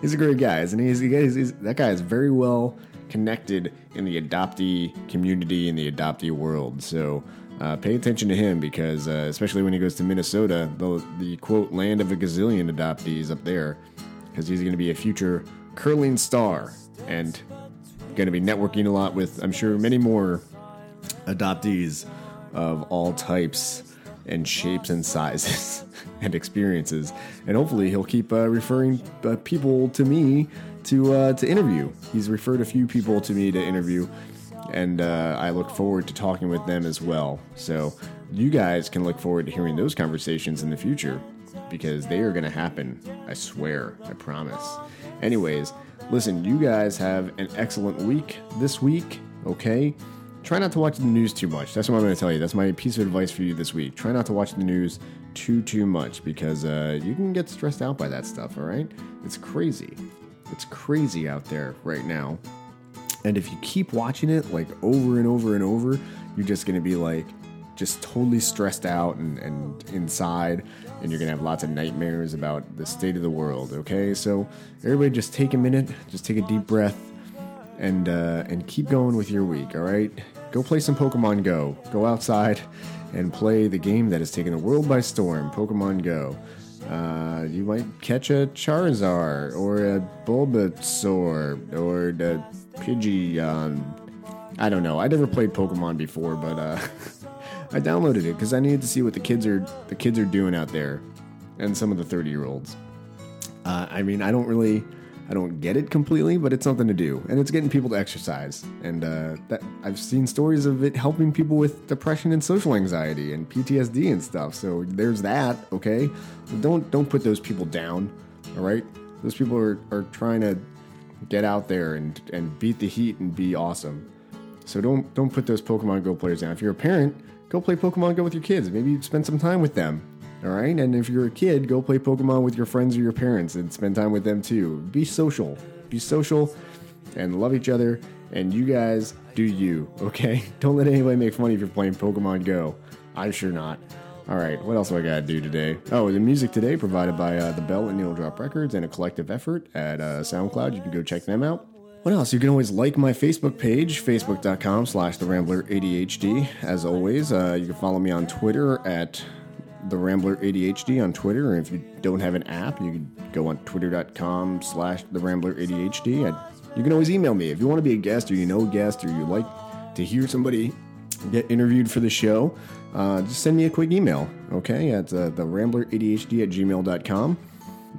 C: he's a great guy, isn't he? He's, he's, he's- that guy is very well connected in the adoptee community and the adoptee world. So uh, pay attention to him because, uh, especially when he goes to Minnesota, the, the quote land of a gazillion adoptees up there, because he's going to be a future curling star and going to be networking a lot with, I'm sure, many more adoptees of all types and shapes and sizes and experiences. And hopefully, he'll keep uh, referring uh, people to me to uh, to interview. He's referred a few people to me to interview, and uh, I look forward to talking with them as well. So you guys can look forward to hearing those conversations in the future because they are going to happen. I swear. I promise.
A: Anyways, listen, you guys have an excellent week this week, okay? Try not to watch the news too much. That's what I'm going to tell you. That's my piece of advice for you this week. Try not to watch the news too, too much because uh, you can get stressed out by that stuff, all right? It's crazy. It's crazy out there right now. And if you keep watching it like over and over and over, you're just going to be like just totally stressed out and, and inside, and you're going to have lots of nightmares about the state of the world, okay? So, everybody just take a minute, just take a deep breath, and, uh, and keep going with your week, all right? Go play some Pokemon Go. Go outside and play the game that has taken the world by storm Pokemon Go. Uh, you might catch a Charizard or a Bulbasaur or a Pidgeon. I don't know. I never played Pokemon before, but uh, I downloaded it because I needed to see what the kids are the kids are doing out there, and some of the thirty year olds. Uh, I mean, I don't really, I don't get it completely, but it's something to do, and it's getting people to exercise. And uh, that I've seen stories of it helping people with depression and social anxiety and PTSD and stuff. So there's that. Okay, so don't don't put those people down. All right, those people are are trying to get out there and and beat the heat and be awesome. So don't don't put those Pokemon Go players down. If you're a parent, go play Pokemon Go with your kids. Maybe spend some time with them. All right, and if you're a kid, go play Pokemon with your friends or your parents and spend time with them too. Be social, be social, and love each other. And you guys do you, okay? Don't let anybody make fun of you for playing Pokemon Go. I'm sure not. All right, what else do I got to do today? Oh, the music today provided by uh, the Bell and Needle Drop Records and a collective effort at uh, SoundCloud. You can go check them out. What else? You can always like my Facebook page, facebook.com slash the Rambler ADHD. As always, uh, you can follow me on Twitter at the Rambler ADHD on Twitter. And if you don't have an app, you can go on twitter.com slash the Rambler ADHD. I, you can always email me if you want to be a guest or you know a guest or you like to hear somebody get interviewed for the show. Uh, just send me a quick email, okay, at uh, the Rambler ADHD at gmail.com.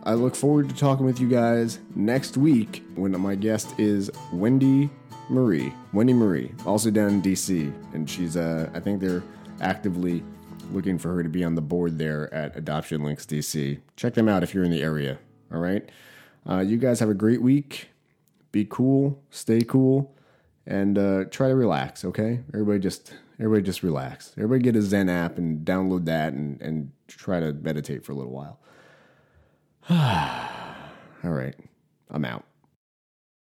A: I look forward to talking with you guys next week when my guest is Wendy Marie. Wendy Marie, also down in DC, and she's uh, I think they're actively looking for her to be on the board there at Adoption Links DC. Check them out if you're in the area. All right, uh, you guys have a great week. Be cool, stay cool, and uh, try to relax. Okay, everybody just everybody just relax. Everybody get a Zen app and download that and and try to meditate for a little while. All right. I'm out.